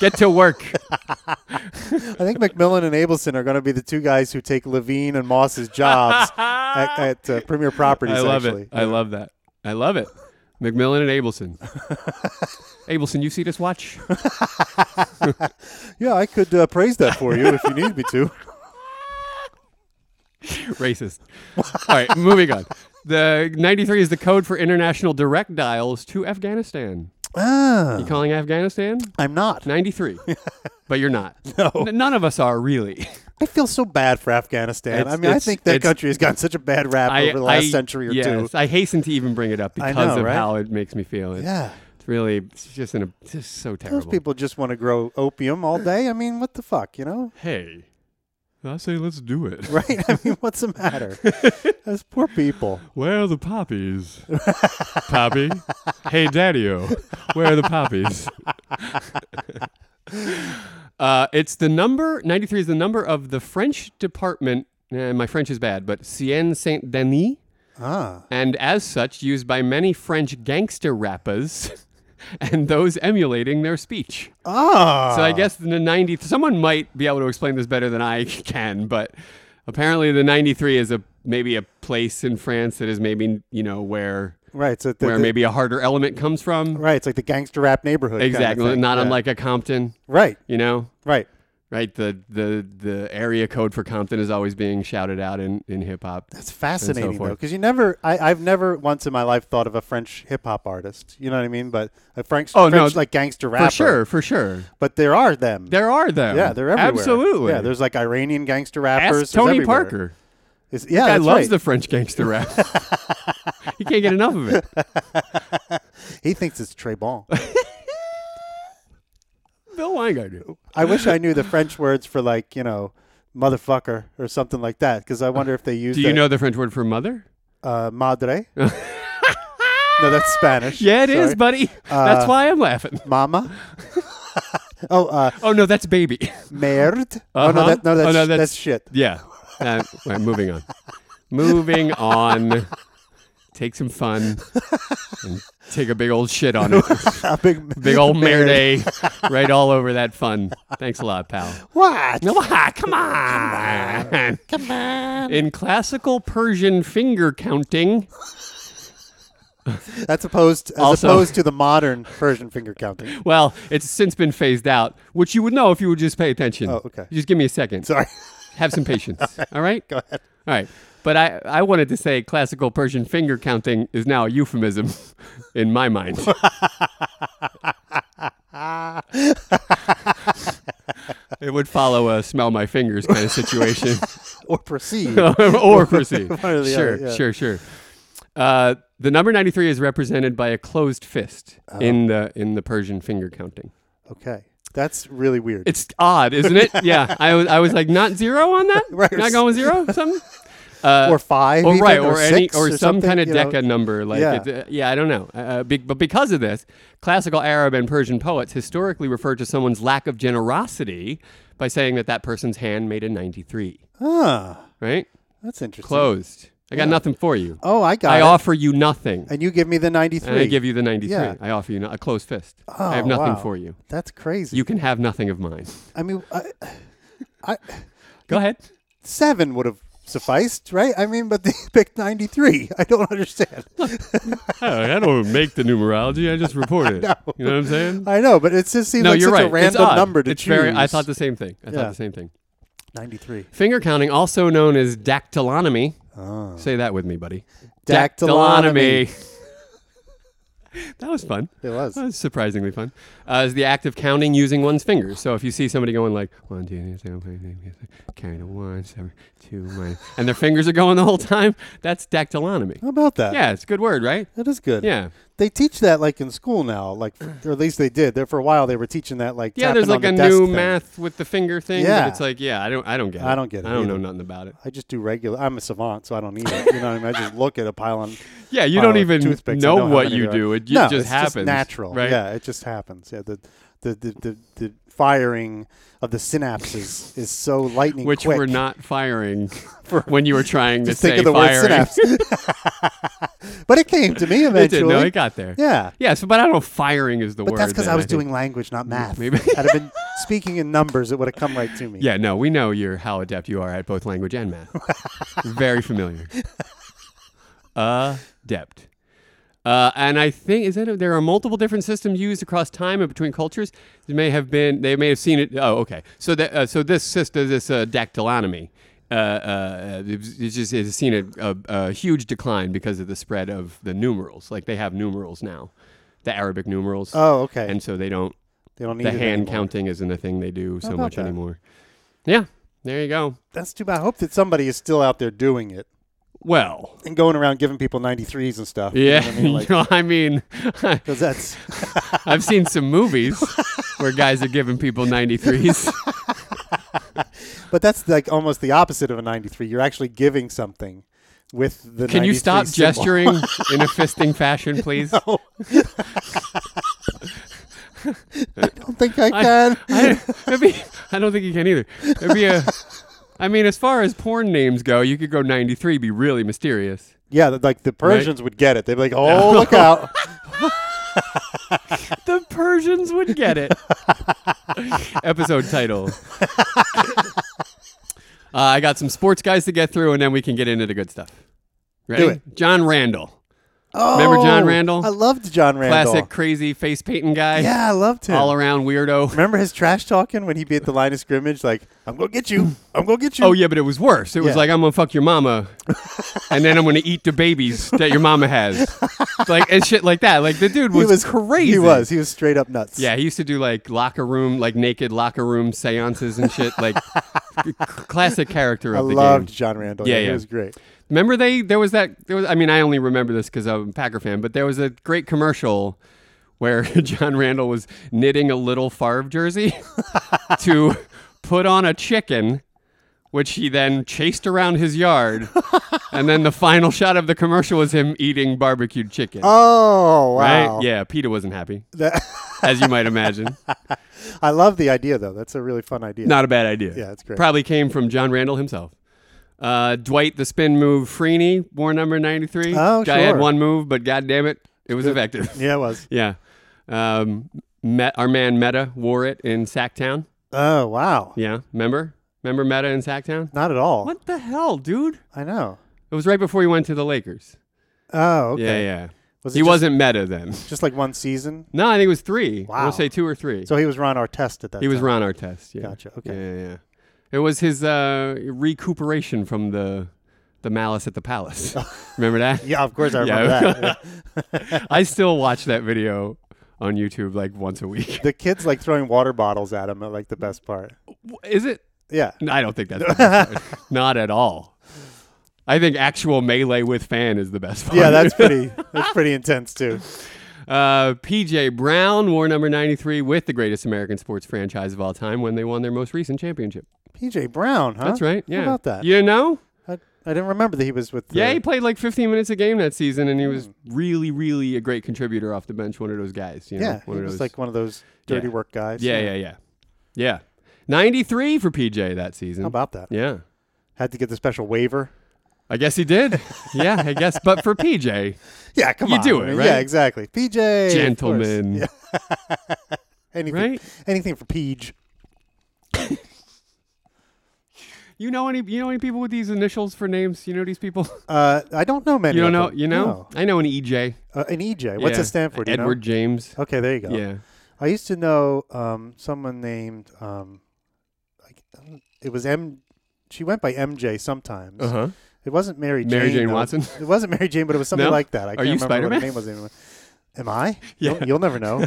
S2: get to work.
S1: I think McMillan and Abelson are going to be the two guys who take Levine and Moss's
S2: [LAUGHS]
S1: jobs at, at uh, Premier Properties.
S2: I love
S1: actually.
S2: it. I love that. I love it. McMillan and
S1: [LAUGHS]
S2: Abelson. Abelson, you see this watch? [LAUGHS]
S1: Yeah, I could uh, praise that for you if you need me
S2: [LAUGHS]
S1: to.
S2: Racist. All right, moving on. The 93 is the code for international direct dials to Afghanistan.
S1: Ah,
S2: You calling Afghanistan?
S1: I'm not. [LAUGHS]
S2: 93. but you're not.
S1: No.
S2: N- none of us are really.
S1: I feel so bad for Afghanistan.
S2: It's-
S1: I mean, I
S2: it's-
S1: think that
S2: it's-
S1: country has gotten such a bad rap over the last century or
S2: yes,
S1: two.
S2: I hasten to even bring it up
S1: I
S2: because
S1: know,
S2: of
S1: right?
S2: how it makes me feel. It's,
S1: Yeah.
S2: it's really it's just in a it's just so terrible.
S1: Those people just want to grow opium all day. I mean, what the fuck, you know? [LAUGHS]
S2: Hey, I say let's do it.
S1: Right? I mean, what's the
S2: [LAUGHS]
S1: matter? Those poor people.
S2: Where are the poppies, Poppy? Hey, Daddy-o, where are the poppies? [LAUGHS] uh, it's the number ninety-three is the number of the French department. eh, my French is bad, but Cien Saint Denis.
S1: Ah,
S2: and as such used by many French gangster rappers [LAUGHS] and those emulating their speech.
S1: ah.
S2: So I guess the 90 someone might be able to explain this better than I [LAUGHS] can, but apparently the 93 is a maybe a place in France that is maybe, you know, where
S1: right. So the,
S2: where
S1: the-
S2: maybe a harder element comes from.
S1: right. It's like the gangster rap neighborhood. kind of
S2: Exactly,
S1: thing.
S2: not
S1: Yeah.
S2: unlike a Compton,
S1: Right.
S2: you know?
S1: Right.
S2: Right, the, the the area code for Compton is always being shouted out in, in hip hop.
S1: That's fascinating though,
S2: forth.
S1: because you never, I, I've never once in my life thought of a French hip hop artist. You know what I mean? But a French,
S2: Oh, no,
S1: French like gangster rapper.
S2: For sure, for sure.
S1: But there are them.
S2: There are them.
S1: yeah, they're everywhere.
S2: Absolutely.
S1: Yeah, there's like Iranian gangster
S2: Ask
S1: rappers. there's
S2: Tony
S1: everywhere.
S2: Parker.
S1: It's- yeah,
S2: Guy
S1: that's
S2: loves
S1: right.
S2: the French
S1: [LAUGHS]
S2: gangster rap. he can't get enough of it.
S1: He thinks it's très bon.
S2: [LAUGHS] Bill Weingarten.
S1: I wish I knew the French words for like you know motherfucker or something like that because I wonder if they use
S2: Do
S1: that,
S2: you know the French word for mother?
S1: uh,
S2: [LAUGHS]
S1: madre. no, that's Spanish.
S2: Yeah, it is,
S1: Sorry.
S2: buddy. that's why I'm laughing.
S1: mama. [LAUGHS] oh, uh,
S2: Oh no, that's [LAUGHS] baby.
S1: merde. Oh no,
S2: Uh-huh.
S1: that, no, that's,
S2: Oh, no,
S1: that's,
S2: that's-
S1: shit.
S2: yeah. Uh, all right, moving on. Moving on. take some fun, and take a big old shit on [LAUGHS] it.
S1: A big,
S2: Big old Merde right all over that fun. Thanks a lot, pal.
S1: What?
S2: No, [LAUGHS] ah, come on. Come on. In classical Persian finger counting,
S1: That's opposed as
S2: Also-
S1: opposed to the modern Persian finger counting.
S2: well, it's since been phased out, which you would know if you would just pay attention.
S1: Oh,
S2: [LAUGHS]
S1: okay.
S2: Just give me a second.
S1: Sorry.
S2: Have some patience. All right? Go ahead. All right. But I, I wanted to say classical Persian finger counting is now a euphemism [LAUGHS] in
S1: [LAUGHS]
S2: my mind. it would follow a smell my fingers kind
S1: [LAUGHS]
S2: of situation.
S1: [LAUGHS]
S2: [LAUGHS]
S1: Or proceed.
S2: or proceed.
S1: One or the
S2: sure,
S1: other, yeah.
S2: sure, sure. Uh, the number ninety-three is represented by a closed fist
S1: Oh.
S2: in the in the Persian finger counting.
S1: Okay. That's really weird.
S2: It's odd,
S1: [LAUGHS]
S2: isn't it? yeah, I was I was like not zero on that.
S1: Right, or
S2: Not
S1: s-
S2: going with zero. Something. Uh,
S1: or five.
S2: or
S1: even,
S2: right,
S1: or,
S2: or, any,
S1: six
S2: or, some
S1: something,
S2: kind of
S1: you know.
S2: Decca number, like
S1: Yeah.
S2: it's, uh, yeah, I don't know. Uh, be, but because of this, classical Arab and Persian poets historically refer to someone's lack of generosity by saying that that person's hand made a ninety-three.
S1: Ah,
S2: Right,
S1: that's interesting.
S2: closed. I got nothing for you.
S1: Oh, I got
S2: I
S1: it.
S2: offer you nothing.
S1: and you give me the ninety-three.
S2: And I give you the 93.
S1: Yeah.
S2: I offer you no- a closed fist.
S1: Oh,
S2: I have nothing
S1: wow.
S2: for you.
S1: That's crazy.
S2: You can have nothing of
S1: [LAUGHS]
S2: mine.
S1: I mean, uh, I, I,
S2: Go ahead.
S1: seven would have sufficed, right? I mean, but they [LAUGHS] picked ninety-three. I don't understand.
S2: [LAUGHS] I don't make the numerology.
S1: [LAUGHS]
S2: I just report it. You know what I'm saying?
S1: I know, but it just seems
S2: no,
S1: like
S2: you're
S1: such
S2: right.
S1: a random
S2: it's odd.
S1: number to
S2: it's
S1: choose.
S2: Very, I thought the same thing. I
S1: Yeah.
S2: thought the same thing.
S1: ninety-three.
S2: Finger counting, also known as dactylonomy.
S1: Oh.
S2: Say that with me, buddy.
S1: Dactylonomy.
S2: Dactylonomy. [LAUGHS] that was fun.
S1: It was.
S2: That was surprisingly fun. Uh, is the act of counting using one's fingers. So if you see somebody going like one, two, three, four, five, six, seven, eight, counting to one, seven, two, minus, and their fingers are going the whole time, that's dactylonomy.
S1: How about that?
S2: Yeah, it's a good word, right?
S1: That is good.
S2: Yeah,
S1: They teach that like in school now, like [CLEARS THROAT] or at least they did. There for a while they were teaching that like
S2: yeah. There's
S1: tapping
S2: like a
S1: on the desk
S2: new
S1: thing.
S2: math with the finger thing. but
S1: Yeah.
S2: it's like yeah, I don't, I don't get it.
S1: I don't get it
S2: I don't know
S1: either.
S2: nothing about it.
S1: I just do regular. I'm a savant, so I don't need it. You know what I mean? I just look at a pile on.
S2: Yeah, you
S1: pile
S2: don't
S1: of
S2: even
S1: Oh, Uh, toothpicks. I
S2: know
S1: how
S2: what
S1: many
S2: you
S1: there are.
S2: do. It ju-
S1: no,
S2: just
S1: it's
S2: happens,
S1: natural.
S2: right?
S1: Yeah, it just happens. Yeah, the the the the, the firing of the synapses is so lightning
S2: Which
S1: quick.
S2: were
S1: [LAUGHS]
S2: not firing when you were trying to
S1: Just
S2: say
S1: think of the
S2: firing.
S1: word synapse.
S2: [LAUGHS]
S1: but it came to me
S2: it did.
S1: eventually.
S2: No, it got there.
S1: yeah.
S2: Yeah, so but I don't know. if Firing is the
S1: But
S2: word.
S1: that's because
S2: then,
S1: I was
S2: think.
S1: doing language, not math.
S2: Maybe.
S1: I'd have been speaking in numbers, it would have come right to me.
S2: Yeah, no, we know you're how adept you are at both language and
S1: [LAUGHS]
S2: math. Very familiar. Adept. Uh, and I think is that there are multiple different systems used across time and between cultures. They may have been, they may have seen it. Oh, okay. So that, uh, so this system, this uh, dactylonomy, uh, uh, it's it's just has seen a, a, a huge decline because of the spread of the numerals. Like they have numerals now, the Arabic numerals,
S1: Oh, okay.
S2: and so they don't
S1: they don't need
S2: the
S1: it
S2: hand
S1: anymore.
S2: counting isn't a thing they do so
S1: about
S2: much
S1: that?
S2: anymore. Yeah, there you go.
S1: That's too bad. I hope that somebody is still out there doing it
S2: Well,
S1: and going around giving people 93s and stuff.
S2: yeah,
S1: You know what I
S2: [LAUGHS]
S1: mean? Like,
S2: you know, I mean,
S1: Because
S2: [LAUGHS]
S1: that's
S2: I've seen some movies where guys are giving people
S1: [LAUGHS]
S2: 93s.
S1: But that's like almost the opposite of a 93. You're actually giving something with the.
S2: Can you
S1: 93
S2: stop
S1: symbol. [LAUGHS]
S2: gesturing in a fisting fashion, please? [LAUGHS]
S1: I don't think I
S2: I- [LAUGHS]
S1: can.
S2: I, it'd be- I don't think you can either. It'd be a, I mean, as far as porn names go, you could go 93, be really mysterious.
S1: yeah, th- like the Persians would get it. They'd be like,
S2: [LAUGHS]
S1: "Oh, look out!"
S2: The Persians would
S1: [LAUGHS]
S2: get it. Episode title. [LAUGHS] uh, I got some sports guys to get through, and then we can get into the good stuff. Ready?
S1: Do it.
S2: John Randall,
S1: Oh,
S2: Remember John Randall?
S1: I loved John Randall.
S2: classic crazy face painting guy,
S1: Yeah, I loved him.
S2: all around weirdo.
S1: Remember his trash talking when he beat the line of scrimmage? Like, "I'm gonna get you.
S2: [LAUGHS]
S1: I'm gonna get you."
S2: Oh yeah, but it was worse. It was
S1: Yeah.
S2: like I'm gonna fuck your mama, and then I'm gonna eat the babies that your mama has,
S1: [LAUGHS]
S2: like and shit like that. Like the dude
S1: he
S2: was,
S1: was,
S2: crazy.
S1: He was. He was straight up nuts.
S2: Yeah, he used to do like locker room, like naked locker room seances and shit.
S1: [LAUGHS]
S2: Like c- classic character
S1: I
S2: of the
S1: loved
S2: game.
S1: John Randall.
S2: Yeah,
S1: he
S2: yeah.
S1: was great.
S2: Remember they there was that there was I mean I only remember this because I'm a Packer fan, but there was a great commercial where [LAUGHS] John Randall was knitting a little Favre jersey [LAUGHS] to put on a chicken, which he then chased around
S1: [LAUGHS]
S2: his yard, and then the final shot of the commercial was him eating barbecued chicken.
S1: Oh
S2: right?
S1: wow!
S2: Yeah, Peter wasn't happy,
S1: That-
S2: as you
S1: [LAUGHS]
S2: might imagine.
S1: I love the idea though. That's a really fun idea.
S2: Not a bad idea.
S1: Yeah, it's great.
S2: Probably came from John Randall himself. Uh, Dwight the spin move Freeney wore number 93.
S1: Oh,
S2: Guy had
S1: sure.
S2: one move, but God damn it, it was effective. [LAUGHS]
S1: Yeah, it was.
S2: Yeah. Um, Met, our man Meta wore it in Sacktown.
S1: Oh wow,
S2: Yeah. Remember? Remember Meta in Sacktown?
S1: not at all.
S2: What the hell, dude?
S1: I know.
S2: It was right before he went to the Lakers.
S1: Oh okay.
S2: Yeah, yeah.
S1: Was it
S2: he
S1: just-
S2: wasn't Meta then.
S1: Just like one season.
S2: No, I think it was three. I
S1: Wow.
S2: want to say two or three.
S1: So he was Ron Artest at that.
S2: he was
S1: time.
S2: Ron Artest. Yeah.
S1: Gotcha, okay.
S2: Yeah, yeah, yeah. It was his uh, recuperation from the the malice at
S1: [LAUGHS]
S2: the palace. Remember that?
S1: Yeah, of course I
S2: Yeah.
S1: remember
S2: [LAUGHS]
S1: that.
S2: I still watch that video on YouTube like once a week. [LAUGHS]
S1: the kids like throwing water bottles at him. are, Like the best part.
S2: Is it? [LAUGHS]
S1: Yeah.
S2: No, I don't think that's the best
S1: [LAUGHS]
S2: part. not at all. I think actual melee with fan is the best part.
S1: Yeah, that's pretty. That's pretty intense too.
S2: [LAUGHS] Uh, PJ Brown wore number 93 with the greatest American sports franchise of all time when they won their most recent championship.
S1: PJ Brown, huh?
S2: That's right. Yeah.
S1: How about that?
S2: You know?
S1: I, I didn't remember that he was with. The,
S2: Yeah, he played like 15 minutes a game that season, and he
S1: Hmm.
S2: was really, really a great contributor off the bench. One of those guys. You know?
S1: yeah. He
S2: one of
S1: was
S2: those-
S1: like one of those dirty
S2: Yeah.
S1: work guys.
S2: yeah, yeah, yeah, yeah. 93 for PJ that season.
S1: How about that?
S2: Yeah,
S1: Had to get the special waiver.
S2: I guess he did. yeah,
S1: [LAUGHS]
S2: I guess. But for PJ,
S1: Yeah, come
S2: You
S1: on.
S2: do
S1: I
S2: it,
S1: mean,
S2: right?
S1: Yeah, exactly. PJ. of course.
S2: Gentlemen.
S1: Yeah. [LAUGHS] anything,
S2: right?
S1: anything for Peej.
S2: You know any? You know any people with these initials for names? You know these people?
S1: Uh, I don't know many.
S2: You don't
S1: of
S2: know?
S1: them.
S2: You know?
S1: No.
S2: I know an EJ.
S1: Uh, an EJ. What's
S2: Yeah.
S1: it stand for? Do you know?
S2: Edward James.
S1: Okay, there you go.
S2: Yeah.
S1: I used to know um, someone named. Um, like, I don't- it was M. She went by MJ sometimes.
S2: Uh huh.
S1: It wasn't Mary Jane.
S2: Mary Jane
S1: though.
S2: Watson? [LAUGHS]
S1: It wasn't Mary Jane, but it was something
S2: No?
S1: like that. I can't
S2: you
S1: remember what
S2: Spider-Man?
S1: her name was anymore. Am I?
S2: [LAUGHS] Yeah.
S1: You'll, you'll never
S2: [LAUGHS]
S1: know.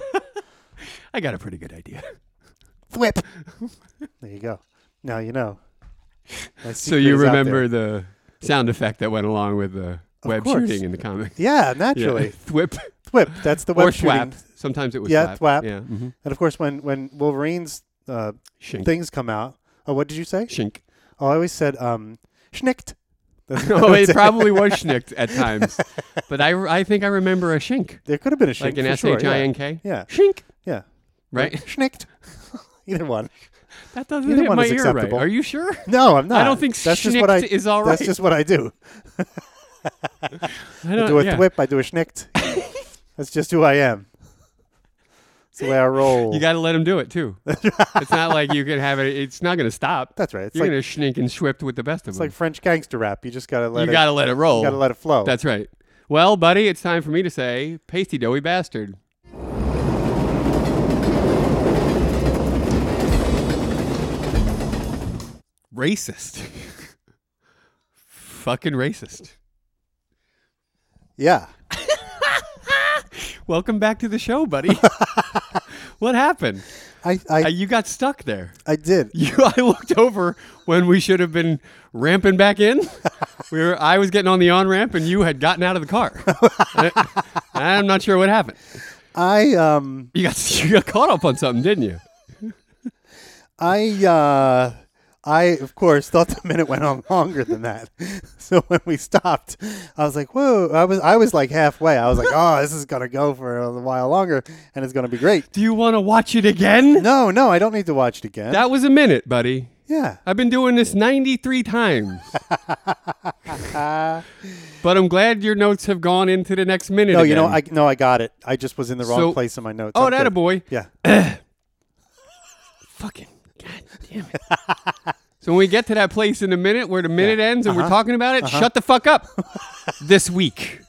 S2: I got a pretty good idea.
S1: Thwip. There you go. Now you know. My
S2: [LAUGHS] So
S1: secret
S2: you
S1: is out there.
S2: remember the sound effect that went along with the web
S1: course.
S2: shooting in the comic?
S1: Yeah,
S2: Yeah.
S1: naturally.
S2: [LAUGHS] Thwip
S1: Thwip. That's the web
S2: or
S1: shooting.
S2: thwap. Sometimes it was
S1: Yeah,
S2: thwap.
S1: thwap.
S2: Yeah. mhm.
S1: And of course, when when Wolverine's uh,
S2: Shink.
S1: things come out, oh, what did you say?
S2: Shink.
S1: [LAUGHS]
S2: [LAUGHS]
S1: Oh, I always said um, schnicked. That's-
S2: oh,
S1: that's
S2: it probably was schnicked at
S1: [LAUGHS]
S2: times, but I, I think I remember a shink,
S1: There could have been a
S2: like
S1: schnick
S2: an
S1: for
S2: S
S1: sure,
S2: H I N K.
S1: Yeah,
S2: Shink,
S1: yeah,
S2: right?
S1: schnicked. [LAUGHS] Either one.
S2: That doesn't
S1: Either
S2: hit
S1: one
S2: my
S1: is
S2: ear right.
S1: acceptable.
S2: Are you sure?
S1: No, I'm not.
S2: I don't think
S1: that's just what I.
S2: schnicked is all
S1: That's
S2: right.
S1: just what I do.
S2: I
S1: I
S2: don't-
S1: do a
S2: yeah.
S1: thwip. I do a
S2: [LAUGHS]
S1: schnicked. that's just who I am. It's the way I roll.
S2: You got to let him do
S1: [LAUGHS]
S2: it too. it's not like you can have it. It's not going to stop.
S1: that's right. It's
S2: You're
S1: like
S2: going to schnick and swift with the best of
S1: it's
S2: them.
S1: like French gangster rap. You just gotta let
S2: you
S1: it.
S2: got to let it roll.
S1: you gotta let it flow.
S2: That's right. Well, buddy, it's time for me to say, pasty doughy bastard. Racist. [LAUGHS] Fucking racist.
S1: yeah.
S2: Welcome back to the show, [LAUGHS] buddy. what happened?
S1: I I,
S2: Uh, you got stuck there.
S1: I did.
S2: [LAUGHS] You, I looked over when we should have been ramping back in. [LAUGHS] We were, I was getting on the on ramp, and you had gotten out of the [LAUGHS] car. I, I'm not sure what happened.
S1: I um.
S2: You got [LAUGHS] you got caught up on something, didn't you?
S1: I uh I of course thought the minute went on longer than that. [LAUGHS] So when we stopped, I was like, "Whoa!" I was I was like halfway. I was like, "Oh, this is gonna go for a while longer, and it's gonna be great."
S2: Do you want to watch it again?
S1: No, no, I don't need to watch it again.
S2: That was a minute, buddy.
S1: yeah,
S2: I've been doing this 93
S1: [LAUGHS]
S2: times. but I'm glad your notes have gone into the next minute.
S1: no, you know, I
S2: again.
S1: no, I got it. I just was in the wrong
S2: So-
S1: place in my notes.
S2: Oh,
S1: I'm
S2: that a
S1: good.
S2: boy.
S1: Yeah,
S2: Fucking god damn it. so when we get to that place in a minute where the minute ends and we're
S1: Uh-huh.
S2: talking about it, shut the fuck
S1: [LAUGHS]
S2: up. this week.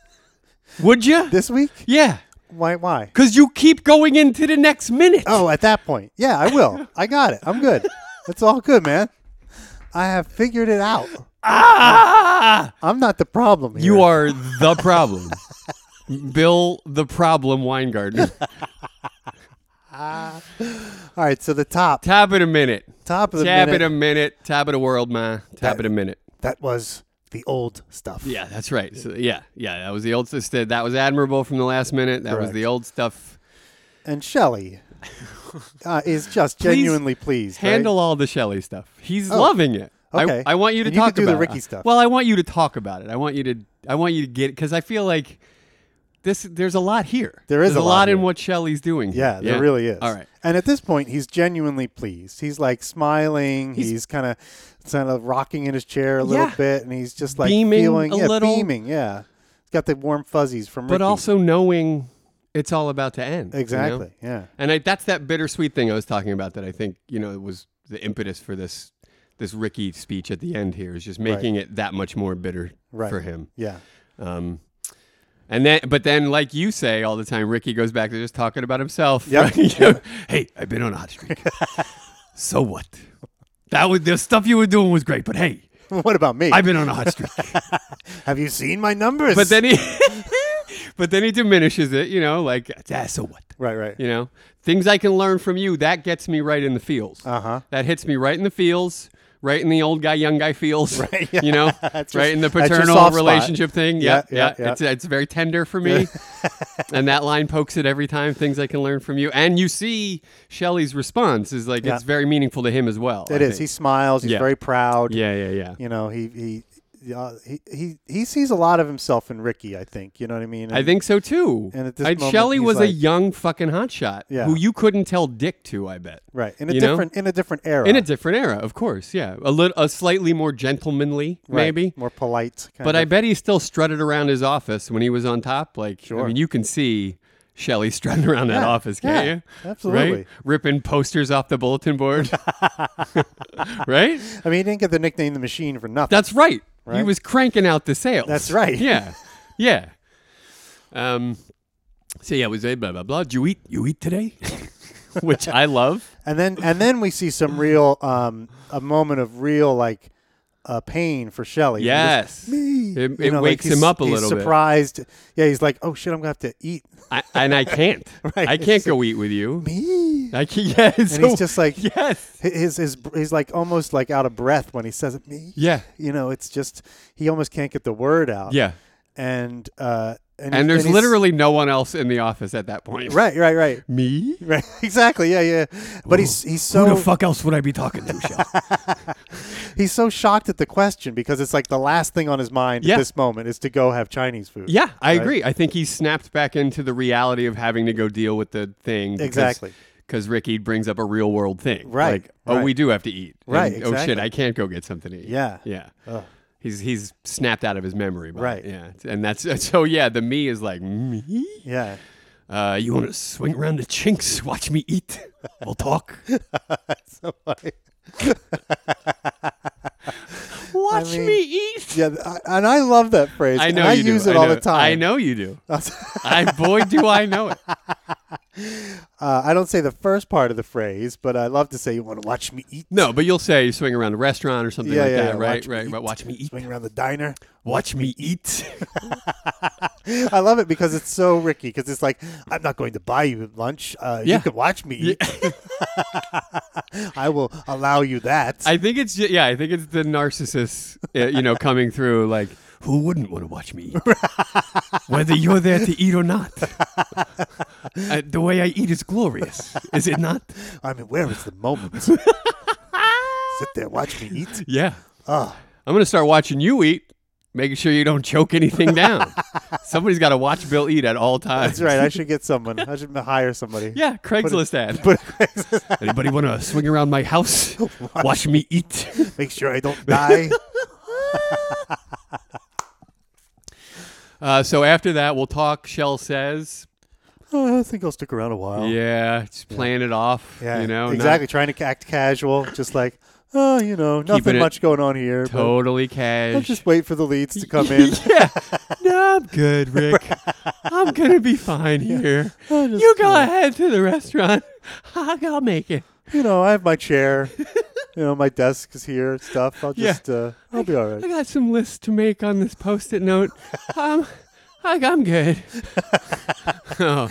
S2: Would you?
S1: this week.
S2: yeah.
S1: Why? Why?
S2: Cuz you keep going into the next minute.
S1: Oh, at that point, yeah, I will. I got it. I'm good. It's all good, man. I have figured it out.
S2: Ah!
S1: I'm not the problem. Here.
S2: You are the
S1: [LAUGHS]
S2: problem. Bill the problem Weingarten.
S1: All right. So the top,
S2: Top of the minute.
S1: top of the
S2: Top of
S1: minute.
S2: the minute. Top of the world, man. Top of the minute.
S1: That was the old stuff.
S2: Yeah, that's right. So, yeah, yeah, that was the old system. That was admirable from the last minute. That was
S1: Correct.
S2: the old stuff.
S1: And
S2: [LAUGHS]
S1: Shelley uh, is just genuinely pleased. right? Oh,
S2: Handle all the Shelley stuff. He's loving it. I-
S1: okay.
S2: I, want you to
S1: And you
S2: talk
S1: could do the
S2: about it.
S1: Ricky stuff.
S2: Well, I want you to talk about it. I want you to. I want you to get it because I feel like this there's a lot here.
S1: There is
S2: There's
S1: a lot
S2: in
S1: here.
S2: what Shelley's doing. here.
S1: Yeah, there really is.
S2: All right.
S1: And at this point, he's genuinely pleased. He's like smiling. He's, kind of kind of rocking in his chair a little
S2: Yeah.
S1: bit, and he's just like
S2: Beaming
S1: feeling
S2: a
S1: yeah,
S2: little.
S1: beaming. Yeah, he's got the warm fuzzies from.
S2: But
S1: Ricky.
S2: also knowing it's all about to end. you know?
S1: exactly. Yeah.
S2: And I, that's that bittersweet thing I was talking about that I think, you know, was the impetus for this this Ricky speech at the end here is just making it that much more bitter
S1: Right.
S2: for him.
S1: Yeah. [LAUGHS]
S2: Um, and then, but then, like you say all the time, Ricky goes back to just talking about himself.
S1: Yep.
S2: [LAUGHS] You know, hey, I've been on a hot streak. [LAUGHS] so what? That was the stuff you were doing was great, but hey,
S1: what about me?
S2: I've been on a
S1: [LAUGHS]
S2: hot streak.
S1: Have you seen my numbers?
S2: but then he, [LAUGHS] but then he diminishes it. You know, like ah, so what?
S1: Right. Right.
S2: You know, things I can learn from you that gets me right in the feels.
S1: Uh huh.
S2: That hits me right in the feels, right in the old guy, young guy feels. Right. You know,
S1: [LAUGHS] That's your-
S2: right in the
S1: that's your
S2: paternal
S1: soft spot.
S2: relationship thing. Yeah,
S1: Yeah, yeah,
S2: yeah.
S1: yeah.
S2: It's it's very tender for me.
S1: [LAUGHS]
S2: and that line pokes it every time. Things I can learn from you, and you see Shelley's response is like
S1: Yeah.
S2: it's very meaningful to him as well.
S1: It is. He smiles. He's
S2: Yeah.
S1: very proud.
S2: yeah, yeah, yeah.
S1: You know. He he. Uh, he, he he sees a lot of himself in Ricky, I think. You know what I mean?
S2: I think so too.
S1: And at this
S2: I-
S1: moment,
S2: Shelley
S1: he's
S2: was a
S1: like-
S2: young fucking hotshot
S1: Yeah.
S2: who you couldn't tell dick to. I bet.
S1: right in a
S2: you know?
S1: different in a different era,
S2: In a different era, of course, yeah, a little, a slightly more gentlemanly,
S1: Right.
S2: maybe.
S1: more polite. Kind
S2: But
S1: of.
S2: I bet he still strutted around his office when he was on top. Like, I
S1: Sure.
S2: mean, you can see Shelley [LAUGHS] strutting around that
S1: Yeah,
S2: office, can't
S1: yeah,
S2: you?
S1: absolutely.
S2: Right? Ripping posters off the bulletin board. [LAUGHS] right?
S1: I mean, he didn't get the nickname the machine for nothing.
S2: That's right. He
S1: Right?
S2: was cranking out the sales.
S1: That's right.
S2: [LAUGHS] Yeah. Yeah. Um, so, yeah, it was a blah, blah, blah. Did you eat, you eat today? [LAUGHS] Which I love.
S1: and then and then we see
S2: [LAUGHS]
S1: some real um a moment of real like uh, pain for Shelley.
S2: Yes.
S1: He just,
S2: It,
S1: you
S2: it
S1: know, like,
S2: wakes
S1: he's-
S2: him up a
S1: he's
S2: little bit.
S1: surprised. Yeah, he's like, "Oh shit, I'm gonna have to eat
S2: I, and I can't.
S1: [LAUGHS] Right.
S2: I can't go eat with you. [LAUGHS]
S1: me."
S2: I can't. Yeah,
S1: And he's just like,
S2: [LAUGHS] yes.
S1: hi- his his he's like almost like out of breath when he says it. Me,
S2: Yeah.
S1: you know, it's just he almost can't get the word out.
S2: Yeah.
S1: and uh, and,
S2: And
S1: he-
S2: there's
S1: he's-
S2: literally no one else in the office at that point.
S1: right, right, right,
S2: Me?
S1: right, [LAUGHS] exactly. Yeah, yeah. But he's he's so
S2: Who the fuck else would I be talking to, Shell?
S1: He's so shocked at the question because it's like the last thing on his mind
S2: Yeah.
S1: at this moment is to go have Chinese food.
S2: [LAUGHS] yeah, I
S1: Right.
S2: agree. I think he snapped back into the reality of having to go deal with the thing. because-
S1: Exactly.
S2: Because Ricky brings up a real world thing.
S1: Right,
S2: Like, oh,
S1: right.
S2: we do have to eat. And,
S1: Right,
S2: Oh, shit,
S1: exactly.
S2: I can't go get something to eat.
S1: Yeah.
S2: Yeah.
S1: Ugh.
S2: He's, he's snapped out of his memory. By it.
S1: Right.
S2: Yeah. And that's [LAUGHS] so, yeah, the me is like, me?
S1: Yeah. [LAUGHS]
S2: Uh, you want to swing around the chinks, watch me eat? We'll talk.
S1: So funny.
S2: [LAUGHS] watch
S1: mean-
S2: me eat.
S1: Yeah, th- I- and I love that phrase.
S2: I
S1: and
S2: know
S1: I
S2: you do.
S1: use
S2: I
S1: it all
S2: know-
S1: the time. [LAUGHS]
S2: I know you [LAUGHS] do. I boy do I know it.
S1: Uh, I don't say the first part of the phrase, but I love to say, "You want to watch me eat?"
S2: No, but you'll say you swing around a restaurant or something
S1: Yeah,
S2: like
S1: yeah,
S2: that,
S1: yeah,
S2: right?
S1: watch me
S2: right.
S1: eat.
S2: right. Watch me eat.
S1: Swing around the diner.
S2: [LAUGHS] Watch me eat.
S1: I love it because it's so Ricky. Because it's like, I'm not going to buy you lunch. Uh,
S2: Yeah.
S1: You can watch me eat. [LAUGHS]
S2: [LAUGHS]
S1: I will allow you that.
S2: I think it's ju- yeah. I think it's the narcissist, uh, you know, coming through. Like, who wouldn't want to watch me eat? [LAUGHS] Whether you're there to eat or not. [LAUGHS] Uh, the way I eat is glorious, is it not?
S1: I mean, where is the
S2: [LAUGHS]
S1: moment? Sit there, watch me eat.
S2: Yeah.
S1: Oh,
S2: I'm gonna start watching you eat, making sure you don't
S1: [LAUGHS]
S2: choke anything down. Somebody's got to watch Bill eat at all times.
S1: that's right. I should get someone. I should hire somebody.
S2: Yeah, Craigslist ad.
S1: But
S2: Anybody want to swing around my
S1: [LAUGHS]
S2: house? Watch me eat.
S1: make sure I
S2: [LAUGHS]
S1: don't die.
S2: Uh, so after that, we'll talk. Shell says,
S1: oh, I think I'll stick around a while.
S2: "Yeah, just playing it off.
S1: Yeah,
S2: you know, not
S1: exactly. Trying to act casual, just like, oh, you know,
S2: Keeping
S1: nothing
S2: it
S1: much going on here. but
S2: totally
S1: I'll
S2: cash.
S1: just wait for the leads to
S2: [LAUGHS]
S1: come in.
S2: yeah, no, I'm
S1: [LAUGHS]
S2: good, Rick. I'm gonna be fine here.
S1: I'll just,
S2: You go ahead to the restaurant. [LAUGHS] I'll make it.
S1: You know, I have my
S2: [LAUGHS]
S1: chair. You know, my desk is here. and Stuff. I'll
S2: Yeah.
S1: just, uh, I'll be all
S2: I [LAUGHS]
S1: right.
S2: got some lists to make on this post-it
S1: [LAUGHS]
S2: note. Um, I, I'm good. [LAUGHS] Oh.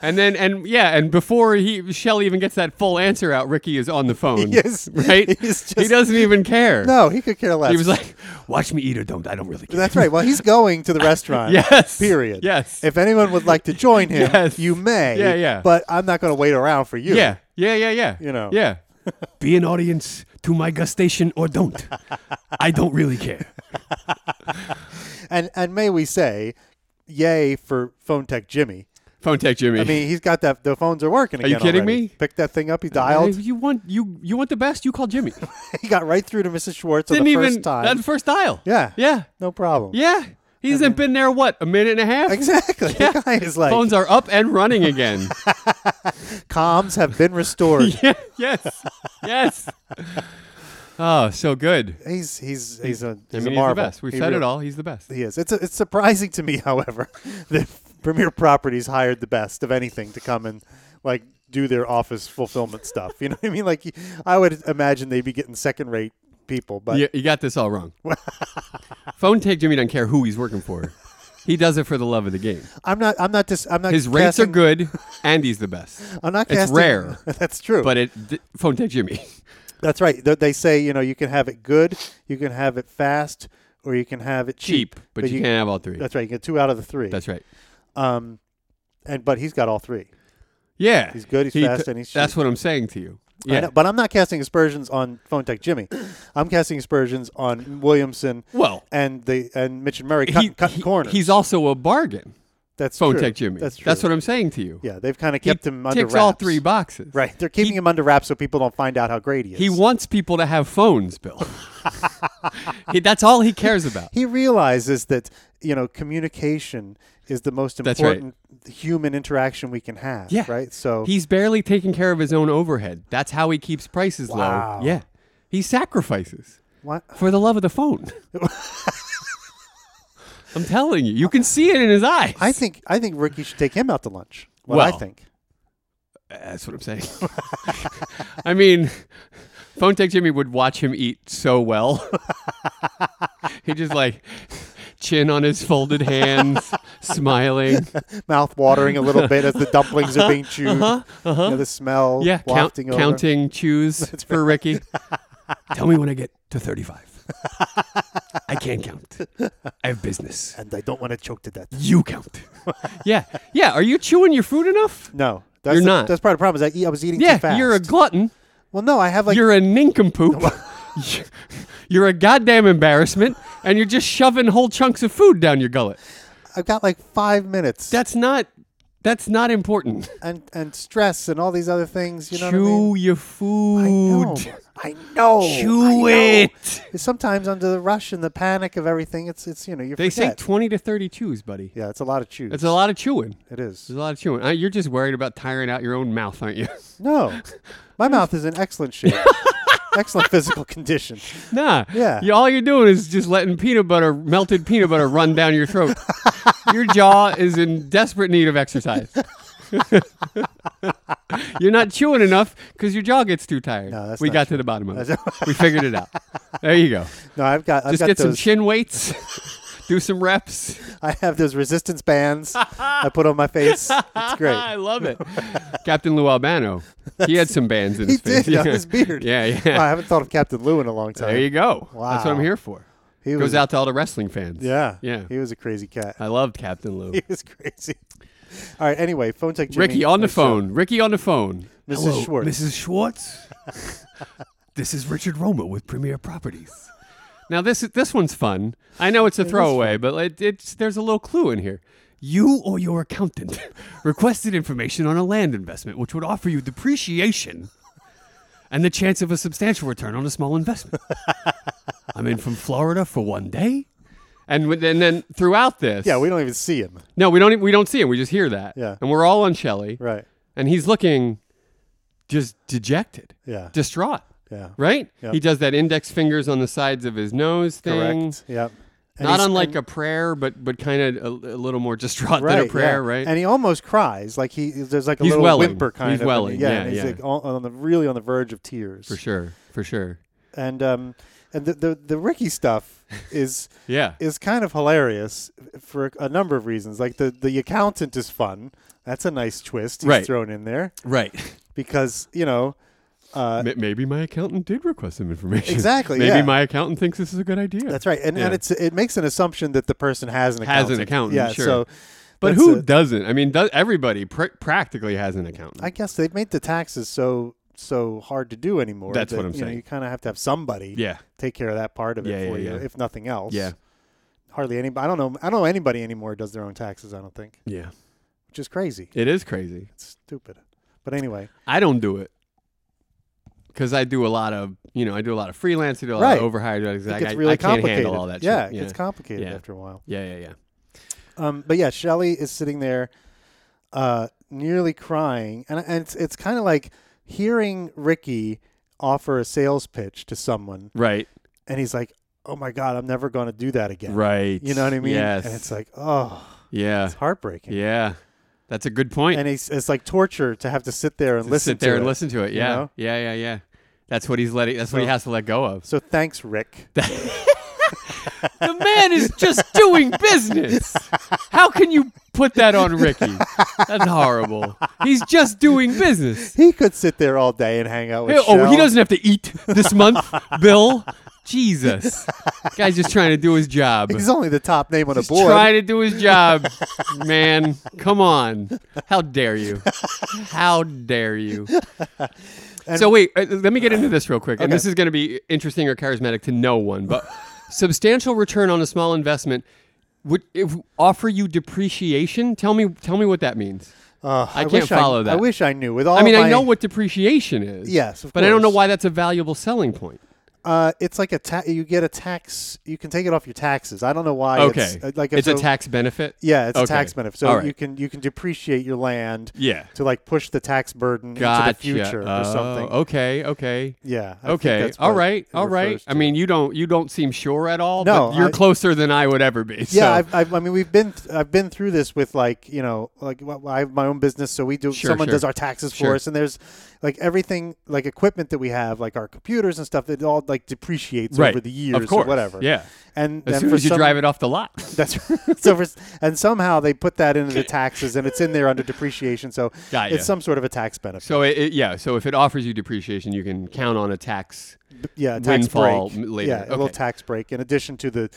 S2: And then, and yeah, and before he Shell even gets that full answer out, Ricky is on the phone.
S1: Yes.
S2: [LAUGHS] right.
S1: He's
S2: he
S1: just-
S2: doesn't even care.
S1: No, he could care less.
S2: He was like, "Watch me eat or don't. I don't really
S1: [LAUGHS]
S2: care."
S1: That's right. Well, he's going to the restaurant.
S2: [LAUGHS] Yes.
S1: Period.
S2: Yes.
S1: If anyone would like to join him,
S2: Yes.
S1: you may.
S2: Yeah, yeah.
S1: But I'm not going to wait around for you.
S2: Yeah, yeah, yeah, yeah.
S1: You know. [LAUGHS]
S2: Yeah. Be an audience to my gustation or don't. I don't really care.
S1: And and may we say, yay for phone tech Jimmy.
S2: Phone tech Jimmy.
S1: I mean, he's got that. The phones are working.
S2: Are you
S1: again
S2: kidding
S1: already.
S2: me?
S1: Picked that thing up. He dialed.
S2: you want you you want the best. You call Jimmy.
S1: [LAUGHS] he got right through to Mrs. Schwartz on
S2: Didn't
S1: the
S2: even
S1: first time.
S2: that first dial.
S1: Yeah.
S2: yeah,
S1: no problem.
S2: yeah. He hasn't been there what a minute and a half.
S1: Exactly. [LAUGHS] The guy is like,
S2: Phones are up and
S1: [LAUGHS]
S2: running again. [LAUGHS]
S1: comms have been restored.
S2: yeah, yes, yes. Oh, so good.
S1: He's he's he's a he's
S2: I mean,
S1: a
S2: he's the
S1: marvel.
S2: best. We've
S1: He
S2: said
S1: really-
S2: it all. He's the best.
S1: He is. It's it's surprising to me, [LAUGHS] however, that Premier Properties hired the best of anything to come and like do their office fulfillment stuff. You know what I mean? Like I would imagine they'd be getting second rate people, but
S2: You, you got this
S1: [LAUGHS]
S2: all wrong. Phone take Jimmy doesn't care who he's working for. He does it for the love of the game.
S1: I'm not I'm not just I'm not
S2: His rates are
S1: casting- [LAUGHS]
S2: good, and he's the best.
S1: I'm not
S2: It's
S1: casting-
S2: rare.
S1: [LAUGHS] That's true.
S2: But it th- phone take Jimmy.
S1: That's right. Th- They say you know you can have it good, you can have it fast, or you can have it cheap.
S2: Cheap, but, you, can't have all three.
S1: That's right. You get two out of the three.
S2: That's right.
S1: um, and but he's got all three.
S2: Yeah.
S1: He's good, he's
S2: He
S1: fast, and he's
S2: That's
S1: cheap.
S2: what I'm saying to you.
S1: I
S2: Yeah.
S1: know- but I'm not casting aspersions on Phone Tech
S2: [CLEARS THROAT]
S1: Jimmy. I'm casting aspersions on Williamson
S2: Well,
S1: and the and Mitch and Murray
S2: he,
S1: cutting cut
S2: he-
S1: corners.
S2: he's also a bargain.
S1: that's
S2: Phone
S1: true.
S2: Tech Jimmy.
S1: That's true.
S2: what I'm saying to you.
S1: yeah, they've kind of
S2: He
S1: kept him under
S2: ticks all
S1: wraps.
S2: three boxes.
S1: Right, they're keeping him under wraps so people don't find out how great he is.
S2: He wants people to have phones, Bill. [LAUGHS] he, that's all he cares about.
S1: he realizes that you know communication is the most
S2: That's right.
S1: important human interaction we can have.
S2: Yeah.
S1: Right. So
S2: He's barely taking care of his own overhead. That's how he keeps prices
S1: Wow.
S2: low. Yeah. He sacrifices
S1: what?
S2: for the love of
S1: [LAUGHS]
S2: the phone. I'm telling you, you can see it in his eyes.
S1: I think I think Ricky should take him out to lunch. What I
S2: Well,
S1: think.
S2: That's what I'm saying. [LAUGHS] I mean, Phone Tech Jimmy would watch him eat so well. [LAUGHS] he just like chin on his folded hands, smiling.
S1: Mouth watering a little bit as the dumplings
S2: [LAUGHS]
S1: are being chewed. You know, the smell.
S2: Uh-huh. Yeah, count,
S1: wafting over.
S2: counting chews for
S1: [LAUGHS]
S2: Ricky. Tell me when I get to 35. I can't count. I have business.
S1: And I don't want to choke to death. [LAUGHS]
S2: You count. yeah, yeah. Are you chewing your food enough?
S1: No, that's
S2: You're
S1: the-
S2: not.
S1: That's part of the problem. Is I, eat, I was eating too
S2: Yeah,
S1: fast.
S2: you're a glutton.
S1: well, no, I have like
S2: you're a nincompoop. [LAUGHS] you're a goddamn embarrassment, and you're just shoving whole chunks of food down your gullet.
S1: I've got like five minutes
S2: That's not. That's not important.
S1: and and stress and all these other things. You know
S2: Chew your
S1: what I mean?
S2: food.
S1: I know. I know. I know.
S2: [LAUGHS] Chew it.
S1: Sometimes under the rush and the panic of everything, it's it's you know you
S2: They say
S1: forget.
S2: twenty to thirty chews, buddy.
S1: yeah, it's a lot of chews.
S2: That's a lot of chewing.
S1: It is.
S2: There's a lot of chewing. Uh, You're just worried about tiring out your own mouth, aren't you? [LAUGHS]
S1: No, my mouth is in excellent shape, excellent physical condition.
S2: [LAUGHS] nah.
S1: Yeah.
S2: You, all you're doing is just letting peanut butter, melted peanut butter, run down
S1: [LAUGHS]
S2: your throat. your jaw is in desperate need of exercise. [LAUGHS] you're not chewing enough because your jaw gets too tired.
S1: No, that's
S2: we
S1: not
S2: got to the bottom of
S1: [LAUGHS]
S2: it. we figured it out. There you go.
S1: No, I've got I've
S2: just
S1: got
S2: get some
S1: those.
S2: chin weights. [LAUGHS] Do some reps.
S1: [LAUGHS] I have those resistance bands I put on my face. It's
S2: [LAUGHS] I
S1: great. [LAUGHS]
S2: love it. Captain Lou Albano. He had some bands in
S1: He
S2: his face. [LAUGHS]
S1: did on his beard.
S2: Yeah, yeah.
S1: Wow, I haven't thought of Captain Lou in a long time.
S2: There you go. That's what I'm
S1: Wow.
S2: here for.
S1: He
S2: Goes
S1: was-
S2: out to all the wrestling fans.
S1: Yeah,
S2: Yeah.
S1: He was a crazy cat. [LAUGHS]
S2: I loved Captain Lou.
S1: He was crazy. All right. Anyway, phone tech. Jimmy,
S2: Ricky on the
S1: nice show.
S2: phone. Ricky on the phone.
S1: Mrs. Schwartz.
S2: Mrs. Schwartz. [LAUGHS] this is Richard Roma with Premier Properties. Now this this one's fun. I know it's a throwaway, but it, it's there's a little clue in here. You or your [LAUGHS] accountant requested information on a land investment, which would offer you depreciation and the chance of a substantial return on a small [LAUGHS] investment. I'm in from Florida for one day, and with- and then throughout this,
S1: Yeah, we don't even see him.
S2: no, we don't e- we don't see him. We just hear that,
S1: Yeah.
S2: and we're all on Shelley,
S1: Right.
S2: and he's looking just dejected,
S1: Yeah.
S2: distraught,
S1: yeah.
S2: right?
S1: Yep.
S2: He does that index fingers on the sides of his nose thing.
S1: Correct. Yep. And
S2: Not
S1: he's-
S2: unlike
S1: and-
S2: a prayer, but but kind of a, a little more distraught
S1: right,
S2: than a prayer,
S1: yeah.
S2: right?
S1: And he almost cries, like he there's like a
S2: He's
S1: little
S2: welling.
S1: whimper kind
S2: He's
S1: of.
S2: welling,
S1: Yeah,
S2: yeah,
S1: and he's
S2: yeah.
S1: like all, on the really on the verge of tears.
S2: for sure, for sure.
S1: And um and the the, the Ricky
S2: [LAUGHS]
S1: stuff is
S2: Yeah,
S1: is kind of hilarious for a number of reasons. Like the the accountant is fun. That's a nice twist he's
S2: Right.
S1: thrown in there
S2: right.
S1: [LAUGHS] because you know uh,
S2: M- maybe my accountant did request some information.
S1: Exactly,
S2: Maybe
S1: yeah.
S2: my accountant thinks this is a good idea.
S1: that's right, and and
S2: Yeah.
S1: it's it makes an assumption that the person has an
S2: Has
S1: accountant.
S2: an accountant,
S1: yeah.
S2: sure.
S1: So,
S2: but
S1: that's
S2: who
S1: a-
S2: doesn't? I mean, does, everybody pr- practically has an accountant.
S1: I guess they've made the taxes so so hard to do anymore.
S2: That's
S1: that,
S2: what I'm
S1: you know,
S2: saying.
S1: you kind of have to have somebody
S2: yeah,
S1: take care of that part of it
S2: Yeah,
S1: for
S2: yeah,
S1: you,
S2: yeah.
S1: if nothing else.
S2: yeah.
S1: hardly anybody. I don't know. I don't know anybody anymore who does their own taxes. I don't think,
S2: Yeah.
S1: which is crazy.
S2: It is crazy.
S1: It's stupid. But anyway,
S2: I don't do it because I do a lot of you know I do a lot of freelance. I do a lot
S1: Right.
S2: of overhired.
S1: it
S2: Like,
S1: gets
S2: I,
S1: really
S2: I can't
S1: complicated.
S2: handle all that.
S1: yeah,
S2: shit.
S1: it
S2: yeah.
S1: gets complicated
S2: Yeah.
S1: after a while.
S2: yeah, yeah, yeah.
S1: Um, but yeah, Shelley is sitting there, uh, nearly crying, and, and it's it's kind of like hearing Ricky offer a sales pitch to someone,
S2: Right,
S1: and he's like, "Oh my God, I'm never going to do that again."
S2: right.
S1: You know what I mean?
S2: Yes. Uh,
S1: And it's like, oh,
S2: yeah,
S1: it's heartbreaking.
S2: yeah. That's a good point.
S1: And it's, it's like torture to have to sit there and
S2: To
S1: listen
S2: sit there
S1: to
S2: and
S1: it.
S2: listen to it.
S1: you
S2: Yeah,
S1: know?
S2: yeah, yeah, yeah. That's what he's letting. That's what he
S1: So-
S2: has to let go
S1: [LAUGHS]
S2: of.
S1: So thanks,
S2: [LAUGHS]
S1: Rick.
S2: The man is just doing business. How can you put that on Ricky? That's horrible. He's just doing business.
S1: he could sit there all day and hang out with.
S2: Hey, oh, he
S1: Shell.
S2: doesn't have to eat
S1: [LAUGHS]
S2: this month, Bill. Jesus, guy's just trying to do his job.
S1: He's only the top name on the
S2: Just
S1: board.
S2: trying to do his job, man. Come on, how dare you? How dare you? so wait, uh, let me get into this real quick, and this is going to be interesting or charismatic to no one. But substantial return on a small investment would if, offer you depreciation. Tell me, tell me what that means.
S1: Ugh,
S2: I can't
S1: Oh, wish
S2: follow that.
S1: I wish I knew. With all
S2: I mean,
S1: Uh, oh, my-
S2: I know what depreciation is.
S1: Yes, of
S2: but I don't know
S1: course.
S2: why that's a valuable selling point.
S1: Uh, it's like a ta- you get a tax. You can take it off your taxes. I don't know why.
S2: Okay,
S1: It's, uh, like if
S2: it's a
S1: so-
S2: tax benefit.
S1: Yeah, it's
S2: Okay.
S1: a tax benefit. So
S2: All right.
S1: you can you can depreciate your land.
S2: Yeah.
S1: To like push the tax burden
S2: Gotcha.
S1: into the future or
S2: Oh,
S1: something.
S2: Okay. Okay.
S1: Yeah. I think
S2: Okay.
S1: that's
S2: All
S1: what
S2: right.
S1: it
S2: All right.
S1: refers
S2: I
S1: to.
S2: mean, you don't you don't seem sure at all.
S1: No,
S2: but you're
S1: I-
S2: closer than I would ever be.
S1: Yeah,
S2: so-
S1: I've, I've, I mean, we've been th- I've been through this with like you know like wh- I have my own business, so we do
S2: Sure,
S1: someone
S2: sure.
S1: does our taxes
S2: Sure.
S1: for us, and there's like everything like equipment that we have, like our computers and stuff, it all like depreciates
S2: right
S1: over the years,
S2: Of course.
S1: or whatever.
S2: Yeah.
S1: and
S2: As
S1: then
S2: soon
S1: for
S2: as you
S1: some-
S2: drive it off the lot.
S1: That's [LAUGHS] so. For, and somehow they put that into the taxes, and it's in there under depreciation. So
S2: Got ya.
S1: it's some sort of a tax benefit.
S2: So it, it- yeah. So if it offers you depreciation, you can count on a tax.
S1: Yeah, a tax
S2: Windfall
S1: break.
S2: m- later.
S1: Yeah, a little
S2: Okay.
S1: tax break in addition to the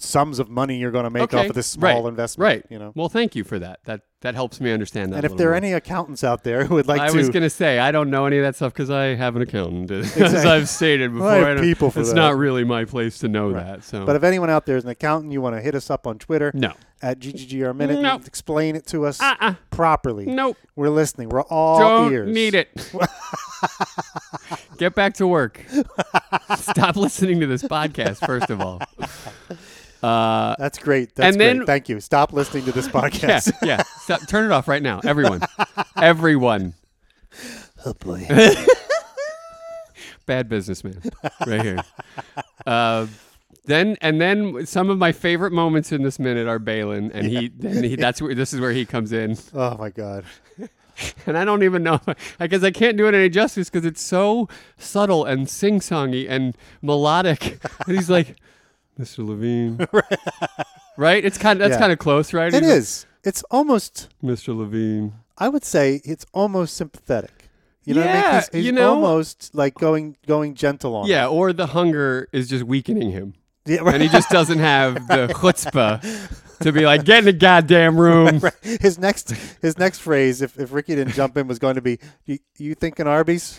S1: sums of money you're going to make
S2: okay.
S1: off of this small
S2: right.
S1: investment.
S2: Right.
S1: You know.
S2: Well, thank you for that. That that helps me understand that.
S1: And
S2: a
S1: if
S2: little
S1: there are
S2: more.
S1: any accountants out there who would like
S2: I
S1: to,
S2: was gonna say I don't know any of that stuff because I have an accountant, [LAUGHS] as
S1: Exactly.
S2: I've stated before.
S1: I have
S2: don't-
S1: people for
S2: it's
S1: that.
S2: not really my place to know that. So,
S1: but if anyone out there is an accountant, you want to hit us up on Twitter
S2: no,
S1: at GGGR Minute
S2: No.
S1: and explain it to us
S2: uh-uh.
S1: properly.
S2: nope.
S1: We're listening. We're all
S2: don't
S1: ears.
S2: need it.
S1: [LAUGHS]
S2: Get back to work. Stop listening to this podcast, first
S1: [LAUGHS]
S2: of all. Uh,
S1: That's great. That's
S2: And
S1: great.
S2: then-
S1: Thank you. Stop listening to this
S2: [LAUGHS] yeah,
S1: podcast.
S2: yeah. Stop. Turn it off right now,
S1: [LAUGHS]
S2: everyone. Everyone.
S1: Oh, boy.
S2: Bad businessman, right here. Uh, then and then some of my favorite moments in this minute are Balin, and he then he that's where this is where he comes in.
S1: [LAUGHS] oh my God.
S2: and I don't even know. [LAUGHS] I guess I can't do it any justice because it's so subtle and sing-songy and melodic. [LAUGHS] and he's like,
S1: [LAUGHS]
S2: "Mr. Levine," right? It's kind. That's
S1: Yeah.
S2: kind of close, right?
S1: It
S2: He's like,
S1: is. It's almost.
S2: Mr. Levine.
S1: I would say it's almost sympathetic. You know what I
S2: Yeah,
S1: mean? He's, he's
S2: you know-
S1: almost like going going gentle on.
S2: Yeah, or the hunger is just weakening him,
S1: it. [LAUGHS] yeah. Right.
S2: and he just doesn't
S1: [LAUGHS]
S2: have the chutzpah to be like, "Get in the goddamn room."
S1: His next his next phrase, if, if Ricky didn't jump in, was going to be, "You, you thinking
S2: [LAUGHS]
S1: Arby's?"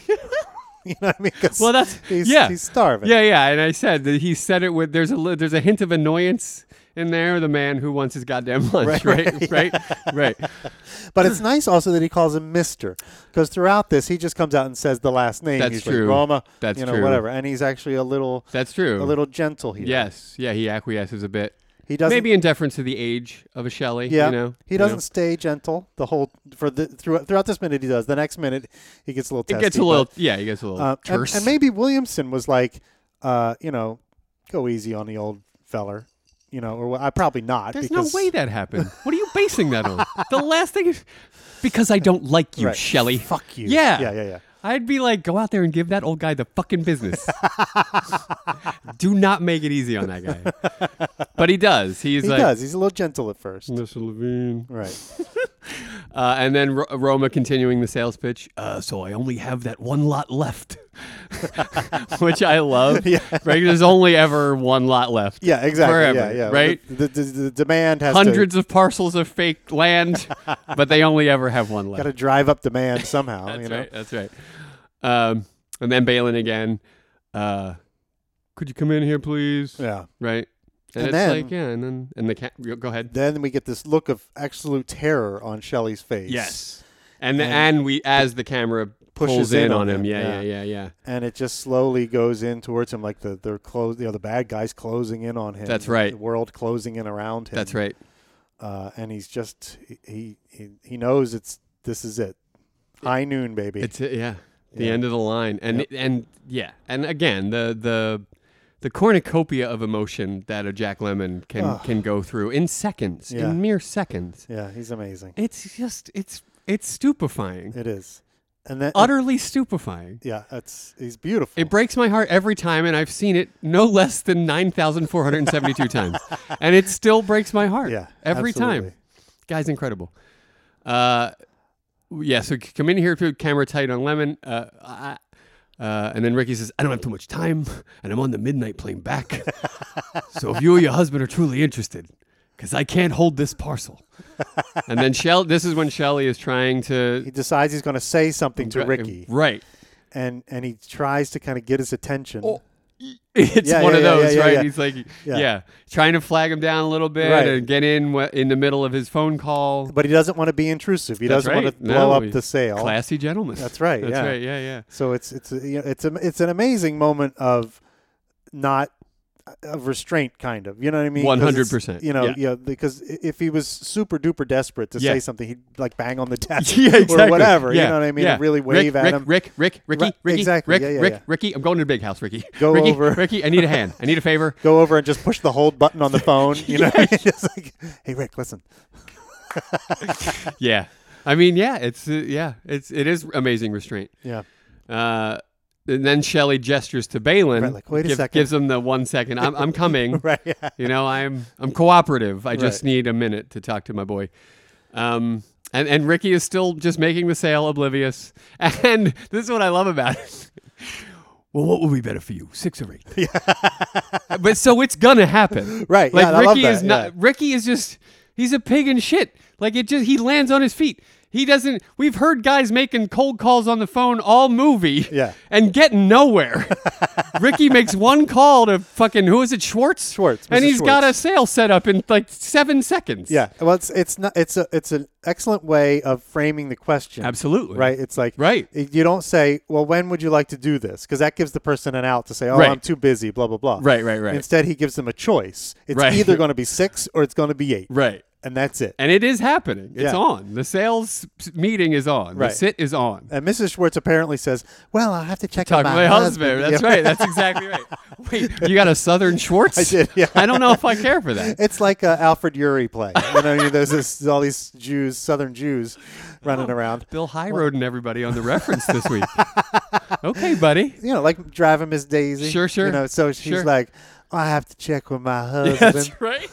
S1: you know what I mean? 'Cause
S2: Well, that's-
S1: [LAUGHS] he's,
S2: yeah.
S1: he's starving.
S2: Yeah, yeah, and I said that he said it with there's a li- there's a hint of annoyance in there. The man who wants his goddamn [LAUGHS] lunch,
S1: [LAUGHS]
S2: right, right, right.
S1: But it's nice also that he calls him Mister, because throughout this he just comes out and says the last name.
S2: That's
S1: he's
S2: true.
S1: Like, Roma.
S2: That's
S1: you know
S2: true.
S1: whatever, and he's actually a little
S2: That's true.
S1: a little gentle here.
S2: Yes. Yeah, he acquiesces a bit.
S1: he doesn't.
S2: Maybe in deference to the age of a Shelley.
S1: Yeah,
S2: You know?
S1: he
S2: You know?
S1: doesn't stay gentle the whole for the throughout, throughout this minute. He does. The next minute, he gets a little.
S2: It gets
S1: testy,
S2: a little.
S1: but,
S2: Yeah, he gets a little
S1: uh, and,
S2: terse.
S1: and maybe Williamson was like, uh, you know, go easy on the old feller, you know, or wha- I probably not.
S2: There's no
S1: because,
S2: way that happened. what are you basing that on?
S1: [LAUGHS]
S2: the last thing is because I don't like you,
S1: Right.
S2: Shelley.
S1: Fuck you.
S2: Yeah.
S1: Yeah. Yeah. Yeah.
S2: I'd be like, go out there and give that old guy the fucking
S1: [LAUGHS]
S2: business. Do not make it easy on that guy. but he does. He's
S1: he
S2: like,
S1: does. He's a little gentle at first.
S2: Mr. Levine.
S1: Right.
S2: Uh, and then Ro- Roma continuing the sales pitch. Uh, so I only have that one lot left, [LAUGHS] which I
S1: [LAUGHS]
S2: love.
S1: Yeah.
S2: Right? There's only ever one lot left.
S1: Yeah. Exactly.
S2: Forever,
S1: yeah. Yeah.
S2: right?
S1: The, the, the- the demand has
S2: Hundreds of parcels of
S1: [LAUGHS]
S2: fake land, but they only ever have one
S1: Got
S2: left.
S1: to drive up demand somehow.
S2: [LAUGHS] that's
S1: you know.
S2: right. That's right. Um, and then Balin again. Uh, could you come in here, please?
S1: Yeah.
S2: Right.
S1: And
S2: And, it's
S1: then-
S2: like, yeah, and then and the cat. Go ahead.
S1: Then we get this look of absolute terror on Shelley's face.
S2: Yes. And the, and,
S1: And-
S2: we as the camera
S1: Pushes
S2: pulls in,
S1: in
S2: on
S1: on
S2: him.
S1: him,
S2: Yeah,
S1: yeah.
S2: yeah, yeah, yeah.
S1: and it just slowly goes in towards him, like the the close, you know, the bad guys closing in on him.
S2: That's right.
S1: The world closing in around him.
S2: That's right.
S1: Uh, and he's just he, he he knows it's this is it, high noon, baby.
S2: It's yeah, the
S1: Yeah.
S2: end of the line, and and yeah, and again the the the cornucopia of emotion that a Jack Lemon can
S1: Ugh.
S2: can go through in seconds,
S1: Yeah.
S2: in mere seconds.
S1: yeah, he's amazing.
S2: It's just it's it's stupefying,
S1: It is, and then
S2: utterly stupefying.
S1: yeah, it's he's beautiful.
S2: It breaks my heart every time, and I've seen it no [LAUGHS] less than nine thousand four hundred and seventy-two times, and it still breaks my heart.
S1: yeah,
S2: every time.
S1: absolutely.
S2: Guy's incredible. Uh, yeah, so c- come in here to camera tight on Lemon. Uh, I, uh, and then Ricky says, I don't have too much time, and I'm on the midnight plane back. [LAUGHS] so if you or your husband are truly interested, because I can't hold this parcel. and then Shell, this is when Shelly is trying
S1: He
S2: to.
S1: decides he's going to say something [LAUGHS] to Ricky,
S2: Right.
S1: and and he tries to kind of get his attention.
S2: Oh, [LAUGHS] It's
S1: Yeah,
S2: one
S1: yeah,
S2: of
S1: yeah,
S2: those,
S1: yeah, yeah,
S2: right?
S1: yeah.
S2: He's like, yeah.
S1: Yeah.
S2: trying to flag him down a little bit
S1: Right.
S2: and get in wh- in the middle of his phone call.
S1: But he doesn't want to be intrusive. He
S2: That's
S1: doesn't
S2: right.
S1: want to blow
S2: No,
S1: up
S2: he's
S1: the sale.
S2: Classy gentleman.
S1: That's right,
S2: That's
S1: yeah.
S2: right.
S1: [LAUGHS]
S2: Yeah, yeah. [LAUGHS]
S1: So it's it's a, you know, it's a, it's an amazing moment of not of restraint, kind of. You know what I mean? 'Cause it's-
S2: 100%,
S1: You know,
S2: yeah.
S1: yeah. because i- if he was super duper desperate to
S2: Yeah.
S1: say something, he'd like bang
S2: [LAUGHS]
S1: on the desk
S2: Yeah, exactly.
S1: or whatever.
S2: Yeah,
S1: You know what I mean?
S2: yeah.
S1: And really wave at
S2: Rick, Rick,
S1: him.
S2: Rick, Rick, Ricky,
S1: Right,
S2: Ricky,
S1: exactly.
S2: Rick,
S1: Yeah, yeah,
S2: Rick,
S1: yeah.
S2: Ricky. I'm going to the big house, Ricky.
S1: Go
S2: Ricky,
S1: over.
S2: [LAUGHS] Ricky, I need a hand. I need
S1: [LAUGHS]
S2: a favor.
S1: Go over and just push the hold button
S2: [LAUGHS]
S1: on the phone. You know, [LAUGHS] what I mean? just like, hey Rick, listen.
S2: yeah. I mean, yeah, it's uh, yeah, it's it is amazing restraint.
S1: Yeah, [LAUGHS]
S2: Uh, and then Shelley gestures to Balin.
S1: Right, like, wait a
S2: give-
S1: second.
S2: Gives him the one second. I'm I'm coming.
S1: [LAUGHS] right. Yeah.
S2: You know, I'm I'm cooperative. I just
S1: Right.
S2: need a minute to talk to my boy. Um, and and Ricky is still just making the sale oblivious. [LAUGHS] And this is what I love about it. Well, what would be better for you, six
S1: [LAUGHS]
S2: or eight? but so it's gonna happen,
S1: Right,
S2: Like
S1: yeah, I love
S2: Ricky
S1: that,
S2: is not.
S1: yeah.
S2: Ricky is just—he's a pig in shit. Like it just—he lands on his feet. He doesn't. We've heard guys making cold calls on the phone all movie,
S1: Yeah.
S2: and
S1: [LAUGHS]
S2: getting nowhere. Ricky makes one call to fucking who is it, Schwartz?
S1: Schwartz,
S2: and
S1: Mrs.
S2: he's got a
S1: Schwartz.
S2: sale set up in like seven seconds.
S1: Yeah. Well, it's it's not it's a it's an excellent way of framing the question.
S2: absolutely.
S1: Right. It's like
S2: Right.
S1: it- You don't say, "Well, when would you like to do this?" Because that gives the person an out to say, "Oh,
S2: Right.
S1: I'm too busy." Blah blah blah.
S2: Right, right, right.
S1: Instead, he gives them a choice. It's
S2: Right. [LAUGHS]
S1: either going to be six or it's going to be eight,
S2: Right.
S1: and that's it.
S2: And it is happening. It's
S1: Yeah.
S2: on. The sales meeting is on.
S1: Right.
S2: The sit is on.
S1: And Mrs. Schwartz apparently says, "Well, I'll have to check
S2: Talk
S1: on
S2: to
S1: my,
S2: my
S1: [LAUGHS]
S2: husband. That's
S1: Yeah.
S2: right. That's exactly right. Wait, you got a Southern Schwartz?
S1: I did, yeah.
S2: I don't know if I care
S1: [LAUGHS]
S2: for that.
S1: It's like a Alfred Urey play. You know, you- there's this, all these Jews, Southern
S2: [LAUGHS]
S1: Jews, running around.
S2: Bill Highroad and everybody on the reference this
S1: [LAUGHS]
S2: week. okay, buddy.
S1: You know, like driving Miss Daisy.
S2: Sure, sure.
S1: You know, so she's
S2: Sure.
S1: like, "I have to check with
S2: [LAUGHS]
S1: my husband."
S2: That's right.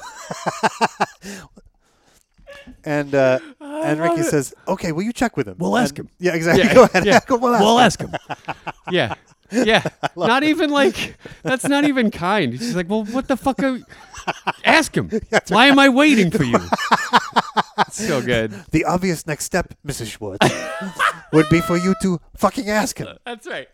S1: And uh, and
S2: love
S1: Ricky
S2: it.
S1: says, "Okay, will you check with him?"
S2: We'll ask
S1: And-
S2: him.
S1: Yeah, exactly. [LAUGHS] Go ahead.
S2: [LAUGHS] yeah.
S1: we'll ask
S2: We'll
S1: him.
S2: ask him. yeah.
S1: [LAUGHS]
S2: Yeah. Not even like that's not even kind. She's like, Well, what the
S1: [LAUGHS]
S2: fuck are ask him. Why am I waiting for you?
S1: [LAUGHS]
S2: so good.
S1: The obvious next step, Mrs. Schwartz, [LAUGHS] would be for you to fucking ask him.
S2: That's right.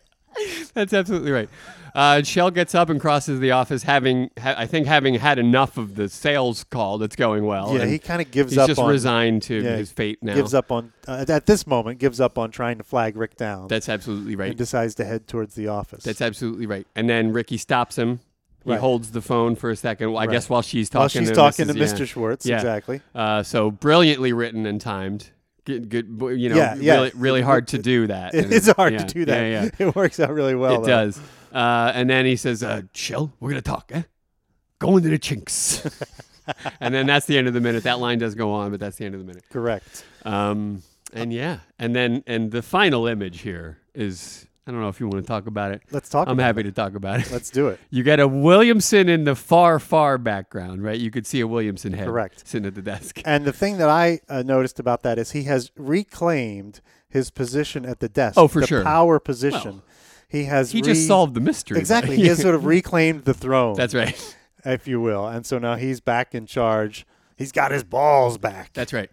S2: That's absolutely right. Uh, Shell gets up and crosses the office, having ha- I think having had enough of the sales call that's going well.
S1: Yeah,
S2: and
S1: he kind of gives
S2: he's
S1: up
S2: just
S1: on
S2: resigned to
S1: yeah,
S2: his fate now.
S1: Gives up on uh, at this moment. Gives up on trying to flag Rick down.
S2: That's absolutely right.
S1: and decides to head towards the office.
S2: That's absolutely right. And then Ricky stops him. He
S1: Right.
S2: holds the phone for a second. Well, I guess while she's talking
S1: While she's
S2: to
S1: talking
S2: Mrs.
S1: to
S2: yeah.
S1: Mr. Schwartz,
S2: Yeah.
S1: exactly.
S2: Uh, so brilliantly written and timed. Good, good. bo- You know,
S1: Yeah, yeah.
S2: really, really hard to do
S1: [LAUGHS]
S2: that.
S1: It is hard
S2: Yeah,
S1: to do that.
S2: Yeah, yeah.
S1: It works out really [LAUGHS] well.
S2: it
S1: though.
S2: does. Uh, and then he says, uh, "Chill, we're gonna talk, eh? Go into
S1: [LAUGHS]
S2: the chinks." and then that's the end of the minute. That line does go on, but that's the end of the minute.
S1: Correct.
S2: Um, and yeah, and then and the final image here is I don't know if you want to talk about it.
S1: Let's talk.
S2: I'm
S1: about
S2: happy to talk about it.
S1: it. Let's do it.
S2: You got a Williamson in the far, far background, right? You could see a Williamson head
S1: Correct.
S2: sitting at the desk.
S1: And the thing that I uh, noticed about that is he has reclaimed his position at the desk.
S2: Oh, for
S1: the
S2: sure.
S1: Power position. he has.
S2: He
S1: re-
S2: just solved the mystery. [LAUGHS]
S1: Exactly.
S2: right?
S1: He has sort of reclaimed the throne,
S2: That's right.
S1: if you will, and so now he's back in charge. He's got his balls back.
S2: That's right.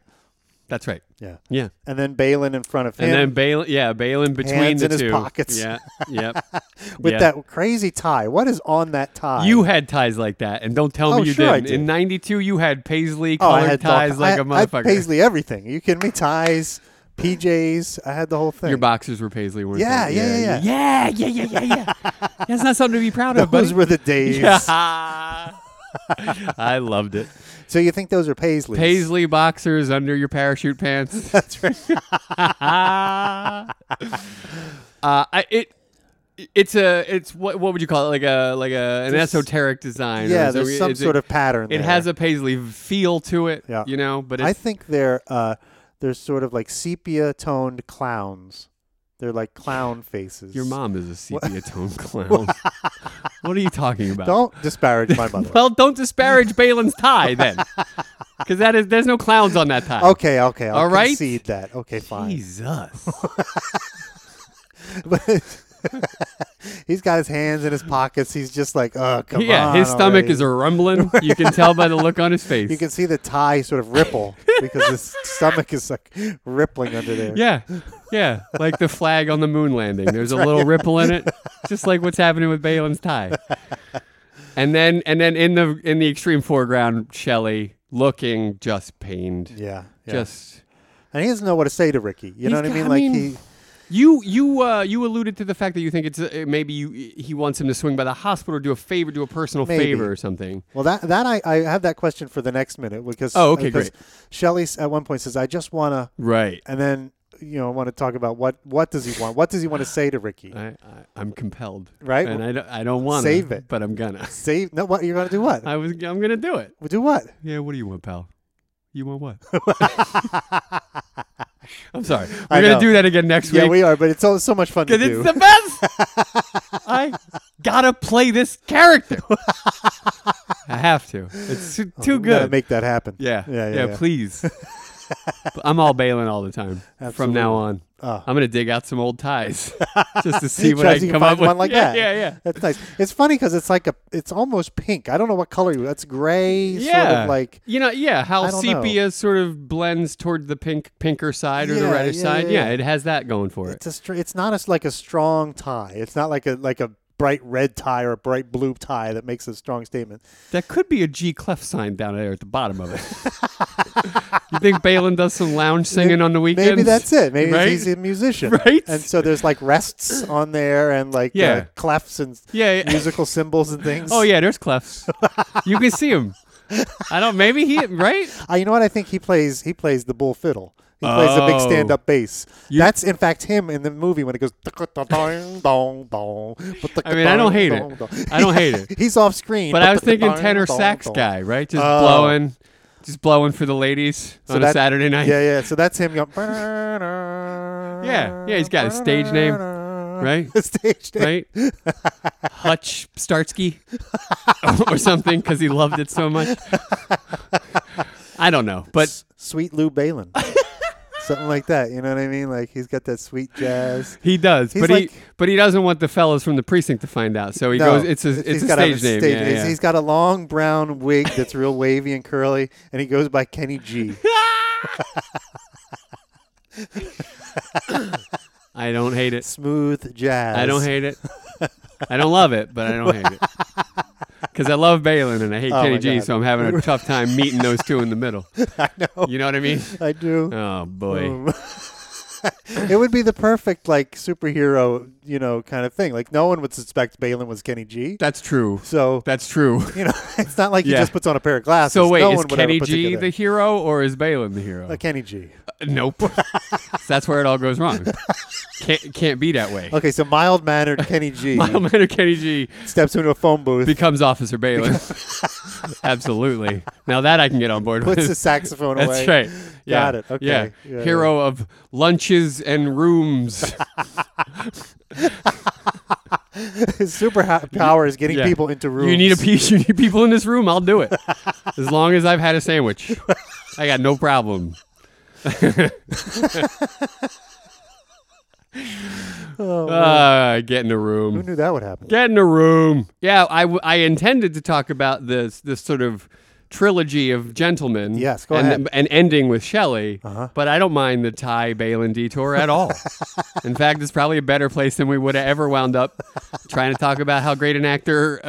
S2: That's right.
S1: Yeah.
S2: Yeah.
S1: And then Balin in front of him
S2: And then Balin, yeah, Balin between
S1: Hands
S2: the
S1: in his
S2: two.
S1: pockets.
S2: Yeah, yep.
S1: [LAUGHS] with
S2: yeah.
S1: that crazy tie. What is on that tie?
S2: You had ties like that, and don't tell
S1: Oh,
S2: me you
S1: sure I
S2: didn't. In
S1: did.
S2: '92, you had paisley
S1: oh,
S2: colored
S1: I had
S2: ties
S1: all,
S2: like
S1: I,
S2: a motherfucker.
S1: I had Paisley everything. Are you kidding me? Ties, PJs. I had the whole thing.
S2: Your boxers were paisley, weren't
S1: Yeah,
S2: they?
S1: yeah,
S2: yeah, yeah, yeah,
S1: [LAUGHS]
S2: yeah, yeah. yeah. That's not something to be proud of,
S1: [LAUGHS] Those
S2: buddy.
S1: were the days.
S2: [LAUGHS] I loved it.
S1: So you think those are Paisleys?
S2: Paisley boxers under your parachute
S1: [LAUGHS]
S2: pants. [LAUGHS]
S1: That's right.
S2: uh, I, it it's a it's what what would you call it like a like a an
S1: There's-
S2: esoteric design.
S1: yeah,
S2: or
S1: there's some
S2: it's a-
S1: sort of pattern.
S2: It
S1: there.
S2: has a paisley feel to it.
S1: Yeah.
S2: you know, but
S1: I
S2: it's,
S1: think they're uh, they're sort of like sepia toned clowns. They're like clown faces.
S2: your mom is
S1: [LAUGHS]
S2: a sepia toned clown. what are you talking about?
S1: Don't disparage my mother.
S2: [LAUGHS] well, don't disparage Balin's tie
S1: [LAUGHS]
S2: then, because that is there's no clowns on that tie.
S1: okay, okay. I'll
S2: All right.
S1: concede that. Okay, fine.
S2: Jesus.
S1: But [LAUGHS] he's got his hands in his pockets. He's just like, oh, [LAUGHS] come
S2: yeah,
S1: on.
S2: his stomach is
S1: already."
S2: a
S1: [LAUGHS]
S2: rumbling. You can tell by the look on his face.
S1: You can see the tie sort of
S2: [LAUGHS]
S1: ripple because his stomach is like rippling under [LAUGHS] there.
S2: Yeah, yeah, like the flag on the moon landing. There's a little ripple in it, just like what's happening with Balin's tie. And then, and then in the in the extreme foreground, Shelley looking just pained,
S1: Yeah. yeah.
S2: just
S1: and he doesn't know what to say to Ricky. You know what I
S2: He's-
S1: mean?
S2: I
S1: Like
S2: mean-
S1: he
S2: You you uh, you alluded to the fact that you think it's uh, maybe you, he wants him to swing by the hospital, do a favor, do a personal
S1: Maybe.
S2: favor or something.
S1: Well, that that I, I have that question for the next minute because
S2: Oh, okay, great.
S1: Shelly at one point says, "I just want to,"
S2: Right.
S1: and then you know want to talk about what what does he want? What does he want to say to Ricky?
S2: I, I I'm compelled.
S1: Right?
S2: And I don't I don't want
S1: Save it.
S2: but I'm
S1: [LAUGHS]
S2: gonna.
S1: Say no. What you're gonna do? What
S2: I was I'm gonna do it.
S1: do what?
S2: Yeah. What do you want, pal? You want what?
S1: [LAUGHS]
S2: I'm sorry. We're
S1: I
S2: gonna
S1: know.
S2: do that again next
S1: Yeah,
S2: week.
S1: we are, but it's so, so much fun to
S2: 'cause
S1: do.
S2: it's the best. [LAUGHS] I gotta play this character. I have to. It's too, too
S1: We gotta
S2: good.
S1: make Oh, that happen.
S2: Yeah.
S1: yeah, yeah. yeah. [LAUGHS]
S2: please. But I'm all bailing all the time from
S1: Absolutely.
S2: now on.
S1: Oh.
S2: I'm gonna dig out some old
S1: [LAUGHS]
S2: ties just to see what
S1: Try to
S2: I can come
S1: find
S2: up with.
S1: one like
S2: yeah,
S1: that.
S2: yeah, yeah.
S1: That's nice. It's funny because it's like a, it's almost pink. I don't know what color. you- That's gray, sort
S2: Yeah.
S1: of like.
S2: you know, yeah, how
S1: I don't know.
S2: sepia sort of blends toward the pink, pinker side or the
S1: Yeah,
S2: reddish
S1: yeah,
S2: side.
S1: yeah,
S2: Yeah,
S1: yeah.
S2: it has that going for it.
S1: It's a, str- it's not as like a strong tie. It's not like a like a bright red tie or a bright blue tie that makes a strong statement.
S2: That could be a G clef sign down there at the bottom of it. [LAUGHS] you think Balin does some lounge singing on the weekends?
S1: Maybe that's it. Maybe
S2: Right?
S1: he's a musician,
S2: Right?
S1: And so there's like rests on there and like uh,
S2: Yeah.
S1: clefs and
S2: Yeah, yeah.
S1: musical cymbals and things.
S2: Oh yeah, there's clefs. you can see him. I don't. Maybe he right.
S1: Uh, you know what? I think he plays he plays the bull fiddle. He plays a big
S2: Oh.
S1: stand-up bass. That's in fact him in the movie when it goes. I
S2: I mean, I don't hate it. I don't hate it.
S1: He's off screen.
S2: But I was thinking tenor sax guy, right? Just
S1: Oh.
S2: blowing, just blowing for the ladies
S1: So
S2: on
S1: that-
S2: a Saturday night.
S1: Yeah, yeah. So that's him going.
S2: Yeah,
S1: Yeah,
S2: yeah, he's got a stage name, right?
S1: stage name.
S2: Right, Hutch Starsky or something because he loved it so much. I don't know, but
S1: Sweet Lou Balin. Something like that. You know what I mean? Like he's got that sweet jazz.
S2: he does.
S1: He's
S2: But
S1: like-
S2: he, but he doesn't want the fellas from the precinct to find out. So he
S1: No,
S2: goes. It's a,
S1: he's
S2: it's a
S1: gotta have
S2: stage name. yeah,
S1: he's-
S2: yeah.
S1: he's got a long brown wig that's real wavy and curly, and he goes by Kenny G.
S2: I don't hate it.
S1: Smooth jazz.
S2: I don't
S1: [LAUGHS]
S2: hate it. I don't love it, but I don't hate it. Because I love Balin and I hate
S1: Oh my
S2: Kenny G,
S1: God.
S2: so I'm having a tough time meeting those two in the middle.
S1: [LAUGHS] I know.
S2: You know what I mean?
S1: I do.
S2: Oh boy.
S1: Um, [LAUGHS] it would be the perfect like superhero, you know, kind of thing. Like no one would suspect Balin was Kenny G.
S2: That's true.
S1: So
S2: That's true.
S1: you know, [LAUGHS] it's not like he
S2: Yeah.
S1: just puts on a pair of glasses.
S2: So wait,
S1: no
S2: is
S1: one would ever
S2: Kenny
S1: put
S2: G
S1: together-
S2: the hero or is Balin the hero?
S1: Uh, Kenny G.
S2: Uh, nope.
S1: [LAUGHS]
S2: [LAUGHS] That's where it all goes wrong. Can't can't be that [LAUGHS] way.
S1: Okay, so mild mannered Kenny
S2: [LAUGHS]
S1: G
S2: Mile Man or Kenny G
S1: steps into a phone booth,
S2: becomes Officer Balin.
S1: [LAUGHS]
S2: Absolutely. Now that I can get on board with.
S1: puts his saxophone
S2: [LAUGHS] That's
S1: away. [LAUGHS]
S2: right. Yeah.
S1: Got it. Okay.
S2: Yeah.
S1: Yeah,
S2: Hero of lunches and
S1: [LAUGHS]
S2: rooms. [LAUGHS]
S1: His super ha- power is getting
S2: Yeah.
S1: people into rooms.
S2: you need a piece. You need people in this room. I'll do it. as long as I've had a sandwich, I got no
S1: [LAUGHS]
S2: problem.
S1: [LAUGHS] Oh,
S2: Uh, get in a
S1: who
S2: room.
S1: knew that would happen?
S2: Get in a room. Yeah, I, w- I intended to talk about this this sort of trilogy of gentlemen.
S1: Yes, go
S2: and,
S1: ahead. Uh-huh.
S2: And ending with Shelley. But I don't mind the Ty Balin detour
S1: [LAUGHS]
S2: at all. In fact, it's probably a better place than we would have ever wound up trying to talk about how great an actor uh,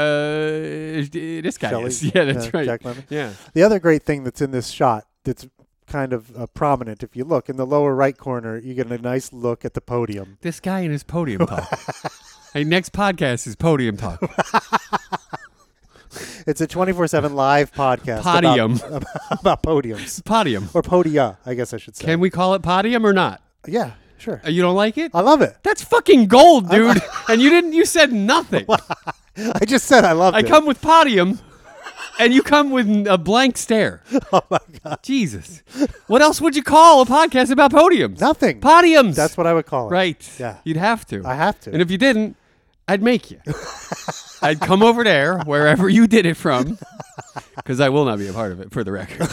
S2: this guy
S1: Shelley,
S2: is. [LAUGHS] Yeah, that's
S1: uh,
S2: right.
S1: Jack Lemmon.
S2: Yeah.
S1: The other great thing that's in this shot that's kind of uh, prominent, if you look in the lower right corner, you get a nice look at the podium.
S2: This guy and his
S1: [LAUGHS]
S2: podium talk. hey, next podcast is podium talk.
S1: It's a 24 7 live podcast.
S2: Podium.
S1: [LAUGHS] About, about podiums.
S2: Podium.
S1: Or podia, I guess I should say.
S2: Can we call it podium or not?
S1: yeah, sure.
S2: Uh, You don't like it?
S1: I love it.
S2: That's fucking gold,
S1: [LAUGHS]
S2: dude. and you didn't. You said nothing.
S1: I just said I love
S2: I
S1: it.
S2: come with podium, and you come with a
S1: [LAUGHS]
S2: blank stare. Oh my god, Jesus! What else would you call a podcast about podiums?
S1: Nothing.
S2: Podiums.
S1: That's what I would call it.
S2: right.
S1: Yeah.
S2: You'd have to.
S1: I have to.
S2: And if you didn't,
S1: [LAUGHS]
S2: I'd make you. I'd come over there wherever you did it from, because I will not be a part of it for the record. [LAUGHS]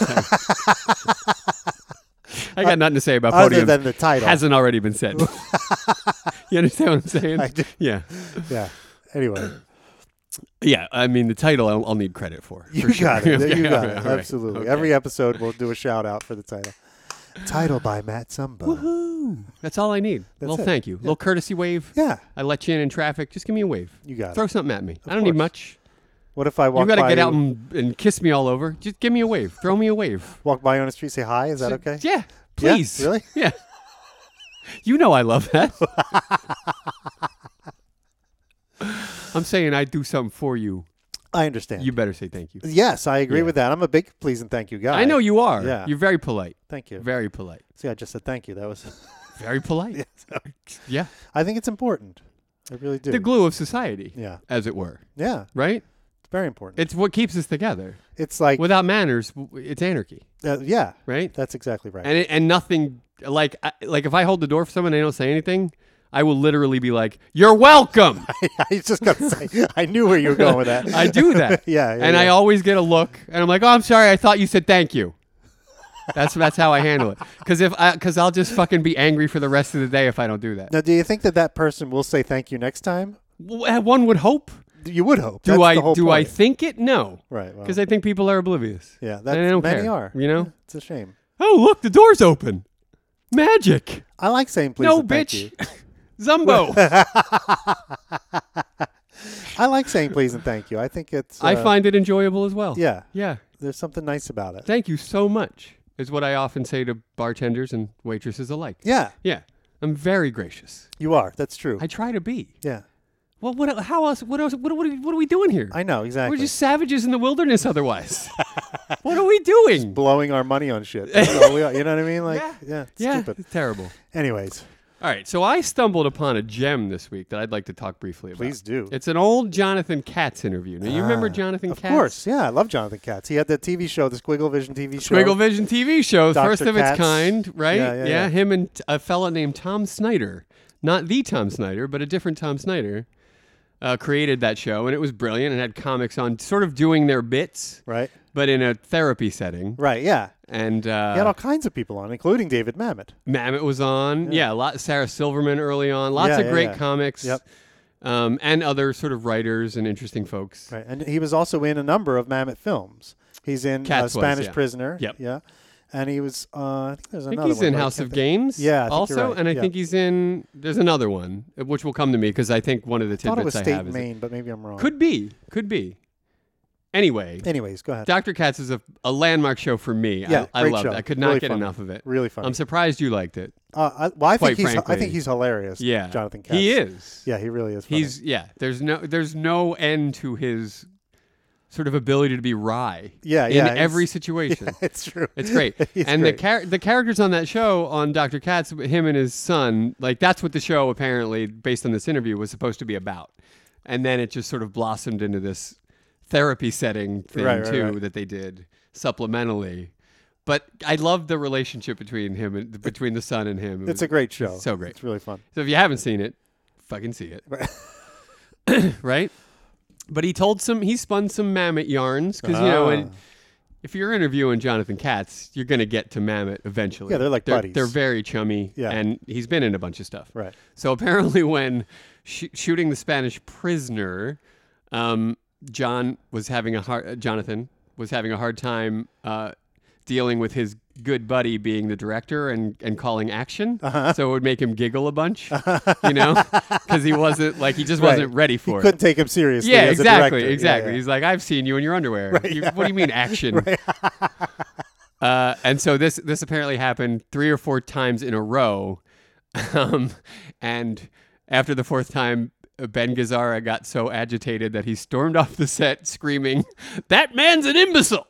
S2: I got nothing to say about
S1: Other
S2: podiums.
S1: than the title.
S2: hasn't already
S1: [LAUGHS]
S2: been said. you understand what I'm saying?
S1: I do.
S2: Yeah.
S1: Yeah. Anyway,
S2: Yeah, I mean the title I'll, I'll need credit for.
S1: you
S2: for sure.
S1: got it.
S2: Okay,
S1: You
S2: [LAUGHS]
S1: got
S2: all
S1: it.
S2: right, all right.
S1: Absolutely.
S2: Okay.
S1: Every episode, we'll do a shout out for the title. Title by Matt Sumbo.
S2: Woohoo. That's all
S1: [LAUGHS]
S2: I need. A little
S1: it.
S2: thank you. Little courtesy wave.
S1: Yeah.
S2: I let you in in traffic. Just give me a wave.
S1: You got
S2: Throw
S1: it.
S2: something at me. I don't need
S1: course.
S2: much.
S1: What if I
S2: You
S1: walk
S2: got to
S1: by
S2: get out and, and kiss me all over. Just give me a wave. Throw me a wave.
S1: walk by you on the street, say hi? Is that okay?
S2: Yeah.
S1: Yeah?
S2: Please.
S1: Really?
S2: [LAUGHS] Yeah. You know I love
S1: [LAUGHS]
S2: that. I'm saying I do something for you.
S1: I understand.
S2: You better say thank you.
S1: yes, I agree
S2: Yeah.
S1: with that. I'm a big please and thank you guy.
S2: I know you are.
S1: Yeah.
S2: You're very polite.
S1: Thank you.
S2: Very polite.
S1: See, I just said thank you. That was. [LAUGHS]
S2: Very polite. yeah.
S1: I think it's important. I really do.
S2: The glue of society,
S1: yeah.
S2: as it were,
S1: Yeah.
S2: right?
S1: It's very important.
S2: It's what keeps us together.
S1: it's like.
S2: Without manners, w- it's anarchy,
S1: uh, yeah.
S2: right?
S1: That's exactly right.
S2: And it, and nothing like I, like if I hold the door for someone and they don't say anything, I will literally be like,
S1: [LAUGHS]
S2: "You're welcome."
S1: [LAUGHS] I was just got
S2: [LAUGHS]
S1: to say, I knew where you were going with that.
S2: I do that.
S1: [LAUGHS] Yeah, yeah,
S2: and I
S1: yeah.
S2: always get a look, and I'm like, "Oh, I'm sorry. I thought you said thank you." That's that's how I handle it. Because if because I'll just fucking be angry for the rest of the day if I don't do that.
S1: Now, do you think that that person will say thank you next time?
S2: W- uh, One would hope.
S1: You would hope.
S2: Do
S1: That's
S2: I
S1: the whole
S2: do I
S1: point.
S2: think it? No.
S1: Right, well.
S2: Because I think people are oblivious.
S1: yeah,
S2: and I
S1: that's,
S2: don't
S1: many
S2: care,
S1: are.
S2: You know.
S1: It's a shame.
S2: Oh, look, the door's open. Magic.
S1: I like saying please.
S2: no,
S1: and thank you.
S2: bitch.
S1: [LAUGHS]
S2: [LAUGHS] Zumbo.
S1: I like saying please and thank you. I think it's.
S2: I
S1: uh,
S2: find it enjoyable as well.
S1: Yeah,
S2: Yeah.
S1: there's something nice about it.
S2: Thank you so much, is what I often say to bartenders and waitresses alike.
S1: Yeah,
S2: Yeah. I'm very gracious.
S1: you are. That's true.
S2: I try to be.
S1: yeah,
S2: Well, what, how else? What else? What, what, are, what are we doing here?
S1: I know
S2: We're
S1: exactly.
S2: just savages in the wilderness
S1: [LAUGHS]
S2: otherwise. what are we doing?
S1: blowing our money on
S2: [LAUGHS]
S1: shit. That's all we are. You know what I mean? Like, yeah,
S2: Yeah.
S1: it's
S2: Yeah.
S1: stupid.
S2: It's terrible.
S1: Anyways,
S2: All right. So I stumbled upon a gem this week that I'd like to talk briefly about.
S1: please do.
S2: It's an old Jonathan Katz interview. Now, you remember
S1: Ah,
S2: Jonathan
S1: of
S2: Katz?
S1: course, yeah, I love Jonathan Katz. He had that TV show, the Squiggle Vision TV show.
S2: Squiggle Vision TV show,
S1: Dr.
S2: first of
S1: Katz.
S2: its kind, right?
S1: Yeah, yeah, yeah.
S2: him and t- a fella named Tom Snyder, not the Tom Snyder, but a different Tom Snyder, uh, created that show, and it was brilliant. and had comics on, sort of doing their bits,
S1: Right,
S2: but in a therapy setting.
S1: right, yeah.
S2: And
S1: He had
S2: uh,
S1: all kinds of people on, including David Mamet.
S2: Mamet was on, yeah. a lot. Sarah Silverman early on, lots
S1: Yeah,
S2: of
S1: yeah,
S2: great
S1: yeah.
S2: comics,
S1: Yep.
S2: um, and other sort of writers and interesting folks.
S1: Right, and he was also in a number of Mamet films. He's in
S2: Katz
S1: uh,
S2: was,
S1: Spanish
S2: yeah.
S1: Prisoner.
S2: Yep.
S1: Yeah, and he was. Uh, I think there's
S2: I
S1: another.
S2: think he's
S1: one,
S2: in
S1: but I
S2: House
S1: can't
S2: of
S1: think-
S2: Games.
S1: Yeah, I think you're
S2: also,
S1: right.
S2: and I
S1: Yeah.
S2: think he's in. There's another one uh, which will come to me because I think one of the
S1: Thought it was
S2: tidbits I
S1: State
S2: have is
S1: Maine, but maybe I'm wrong.
S2: could be, could be. Anyway,
S1: Anyways, go ahead.
S2: Doctor Katz is a, a landmark show for me.
S1: Yeah,
S2: I, I
S1: great
S2: loved
S1: show.
S2: it. I could not
S1: Really
S2: get
S1: funny.
S2: enough of it.
S1: Really funny.
S2: I'm surprised you liked it.
S1: Uh, I, well, I
S2: Quite
S1: think he's I
S2: frankly.
S1: think he's hilarious.
S2: Yeah,
S1: Jonathan Katz.
S2: He is.
S1: Yeah, he really is. Funny.
S2: He's yeah. There's no there's no end to his sort of ability to be wry.
S1: Yeah,
S2: in
S1: yeah, he's-
S2: every situation.
S1: [LAUGHS] [LAUGHS] it's true.
S2: [LAUGHS] It's great.
S1: [LAUGHS] He's
S2: and
S1: great.
S2: the char- the characters on that show on Dr. Katz, him and his son, like that's what the show apparently, based on this interview, was supposed to be about. And then it just sort of blossomed into this therapy setting thing
S1: Right, right,
S2: too
S1: right.
S2: that they did supplementally. But I love the relationship between him and between the son and him. It
S1: It's
S2: was-
S1: a great show.
S2: so great.
S1: It's really fun.
S2: so if you haven't seen it, fucking see it. [COUGHS] right? But he told some, he spun some mammoth yarns because, you know, when,
S1: Ah.
S2: if you're interviewing Jonathan Katz, you're going to get to mammoth eventually.
S1: Yeah, they're like
S2: they're,
S1: buddies.
S2: They're very chummy.
S1: Yeah.
S2: And he's been in a bunch of stuff.
S1: Right.
S2: So apparently, [LAUGHS] when sh- shooting the Spanish prisoner, um, John was having a hard, Jonathan was having a hard time uh, dealing with his good buddy being the director and, and calling action.
S1: Uh-huh.
S2: So it would make him giggle a bunch, you know, [LAUGHS] because he wasn't like he just
S1: Right.
S2: wasn't ready for
S1: He
S2: it.
S1: couldn't take him seriously.
S2: yeah,
S1: as a
S2: exactly,
S1: director. Yeah,
S2: exactly.
S1: yeah.
S2: He's like, I've seen you in
S1: [LAUGHS]
S2: your underwear. You- what do you mean action? [LAUGHS] uh, and so this this apparently happened three or four times in a row, [LAUGHS] um, and after the fourth time. uh, Ben Gazzara got so agitated that he stormed off the set screaming, That man's an imbecile!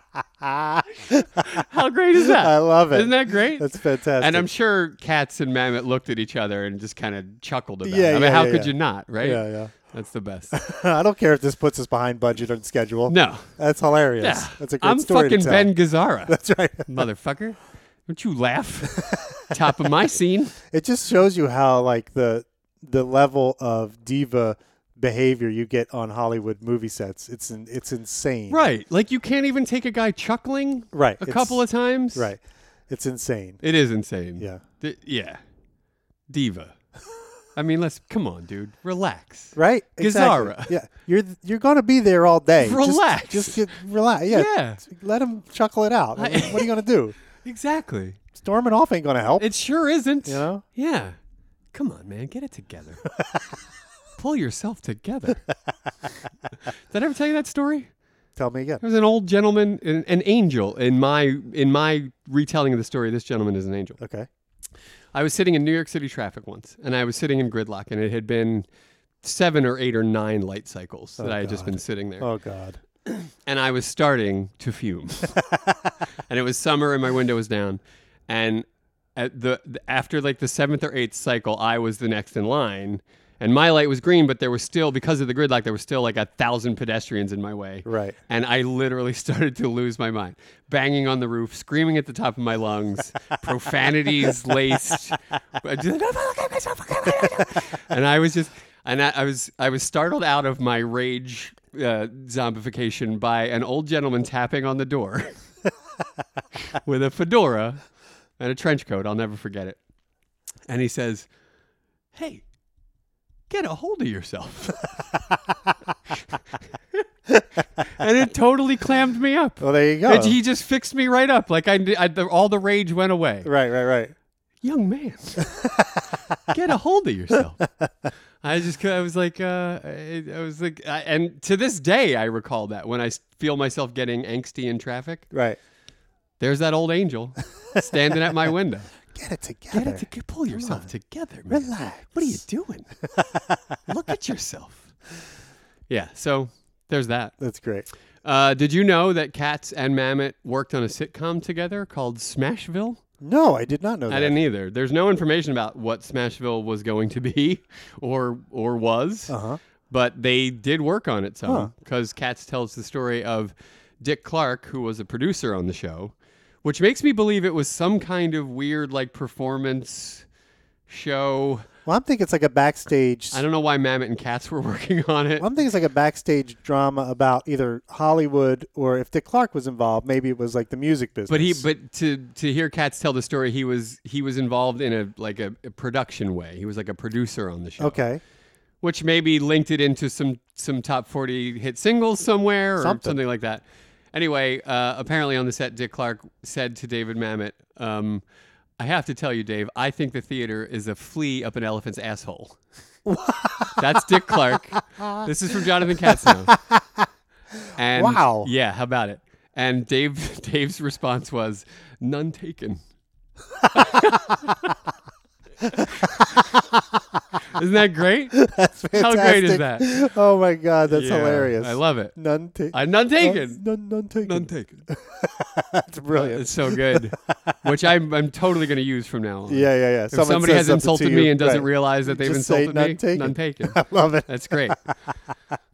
S2: [LAUGHS]
S1: [LAUGHS]
S2: How great is that?
S1: I love it.
S2: Isn't that great?
S1: That's fantastic.
S2: And I'm sure cats and Mammoth looked at each other and just kind of chuckled about
S1: Yeah,
S2: it. I mean,
S1: yeah,
S2: how
S1: yeah,
S2: could
S1: yeah.
S2: you not, right?
S1: Yeah, yeah. [LAUGHS]
S2: That's the best.
S1: I don't care if this puts us behind budget or schedule.
S2: No.
S1: That's hilarious.
S2: Yeah.
S1: [LAUGHS] That's a great
S2: I'm
S1: story to
S2: fucking
S1: tell.
S2: Ben
S1: [LAUGHS]
S2: Gazzara.
S1: That's right.
S2: Motherfucker. Don't you
S1: [LAUGHS]
S2: laugh. Top of my scene.
S1: It just shows you how like the the level of diva behavior you get on Hollywood movie sets. It's in, it's insane.
S2: Right. Like you can't even take a guy chuckling
S1: Right.
S2: a
S1: It's-
S2: couple of times.
S1: Right. It's insane.
S2: It is insane.
S1: Yeah.
S2: D- yeah.
S1: [LAUGHS]
S2: Diva. I mean, let's come on, dude. Relax.
S1: Right. Exactly.
S2: Gazzara.
S1: Yeah. You're you're gonna be there all day. Just-
S2: Relax.
S1: Just, get, relax. Yeah.
S2: Yeah.
S1: Let him chuckle it out. I mean, what are you gonna do?
S2: Exactly.
S1: Storming off ain't gonna help.
S2: It sure isn't.
S1: You know?
S2: Yeah. Come on, man. Get it
S1: [LAUGHS]
S2: together. Pull yourself together. [LAUGHS] Did I ever tell you that story?
S1: Tell me again.
S2: There was an old gentleman, an, an angel in my in my retelling of the story. This gentleman is an angel.
S1: Okay.
S2: I was sitting in New York City traffic once, and I was sitting in gridlock, and it had been seven or eight or nine light cycles that I had just been sitting there
S1: Oh God.
S2: and I was starting to fume. [LAUGHS] and it was summer, and my window was down. And at the, the after like the seventh or eighth cycle, I was the next in line, and my light was green, but there was still because of the gridlock, there was still like a thousand pedestrians in my way.
S1: Right.
S2: And I literally [LAUGHS] started to lose my mind, banging on the roof, screaming at the top of my lungs, profanities laced. and I was just, and I, I was, I was startled out of my rage uh, zombification by an old gentleman tapping on the door [LAUGHS] with a fedora and a trench coat. I'll never forget it. And he says, "Hey, get a hold of yourself." [LAUGHS] and it totally clammed me up.
S1: Well, Oh, there you go.
S2: And he just fixed me right up. Like I, I the, all the rage went away.
S1: Right. Right. Right.
S2: Young man, get a hold of yourself. I just, cou- I was like, uh, I, I was like, I, and to this day, I recall that when I s- feel myself getting angsty in traffic,
S1: Right.
S2: there's that old [LAUGHS] angel standing at my window.
S1: Get it together.
S2: Get it to pull yourself together, man.
S1: Relax.
S2: What are you doing? Look at yourself. Yeah. So there's that.
S1: That's great.
S2: Uh, did you know that Katz and Mamet worked on a sitcom together called Smashville?
S1: No, I did not know that.
S2: I didn't either. There's no information about what Smashville was going to be, [LAUGHS] or or was.
S1: Uh-huh.
S2: But they did work on it some because Katz tells the story of Dick Clark, who was a producer on the show, which makes me believe it was some kind of weird like performance show.
S1: Well, I'm thinking it's like a backstage.
S2: I don't know why Mamet and Katz were [LAUGHS] working on it.
S1: I'm thinking it's like a backstage drama about either Hollywood or if Dick Clark was involved, maybe it was like the music business.
S2: But he, but to to hear Katz tell the story, he was he was involved in a like a, a production way. He was like a producer on the show,
S1: okay,
S2: which maybe linked it into some some top forty hit singles somewhere or
S1: Something.
S2: something, like that. Anyway, uh, apparently on the set, Dick Clark said to David Mamet, um, "I have to tell you, Dave, I think the theater is a flea up an elephant's asshole." That's Dick Clark. This is from Jonathan Katz. now. And
S1: Wow.
S2: Yeah, how about it? And Dave [LAUGHS] Dave's response was none taken. Isn't that great?
S1: that's
S2: [LAUGHS] How
S1: fantastic.
S2: great is
S1: Oh my god, that's
S2: Yeah,
S1: hilarious.
S2: I love
S1: [LAUGHS]
S2: it.
S1: none, ta-
S2: I none taken.
S1: None, none taken. Oh,
S2: None
S1: [LAUGHS]
S2: taken.
S1: That's brilliant.
S2: It's so good. Which I'm I'm totally going to use from now on.
S1: yeah, yeah, yeah.
S2: If somebody has insulted me and doesn't
S1: realize,
S2: realize that they've
S1: Just say
S2: insulted
S1: none
S2: me,
S1: taken.
S2: none taken.
S1: [LAUGHS] I love it. [LAUGHS]
S2: That's great.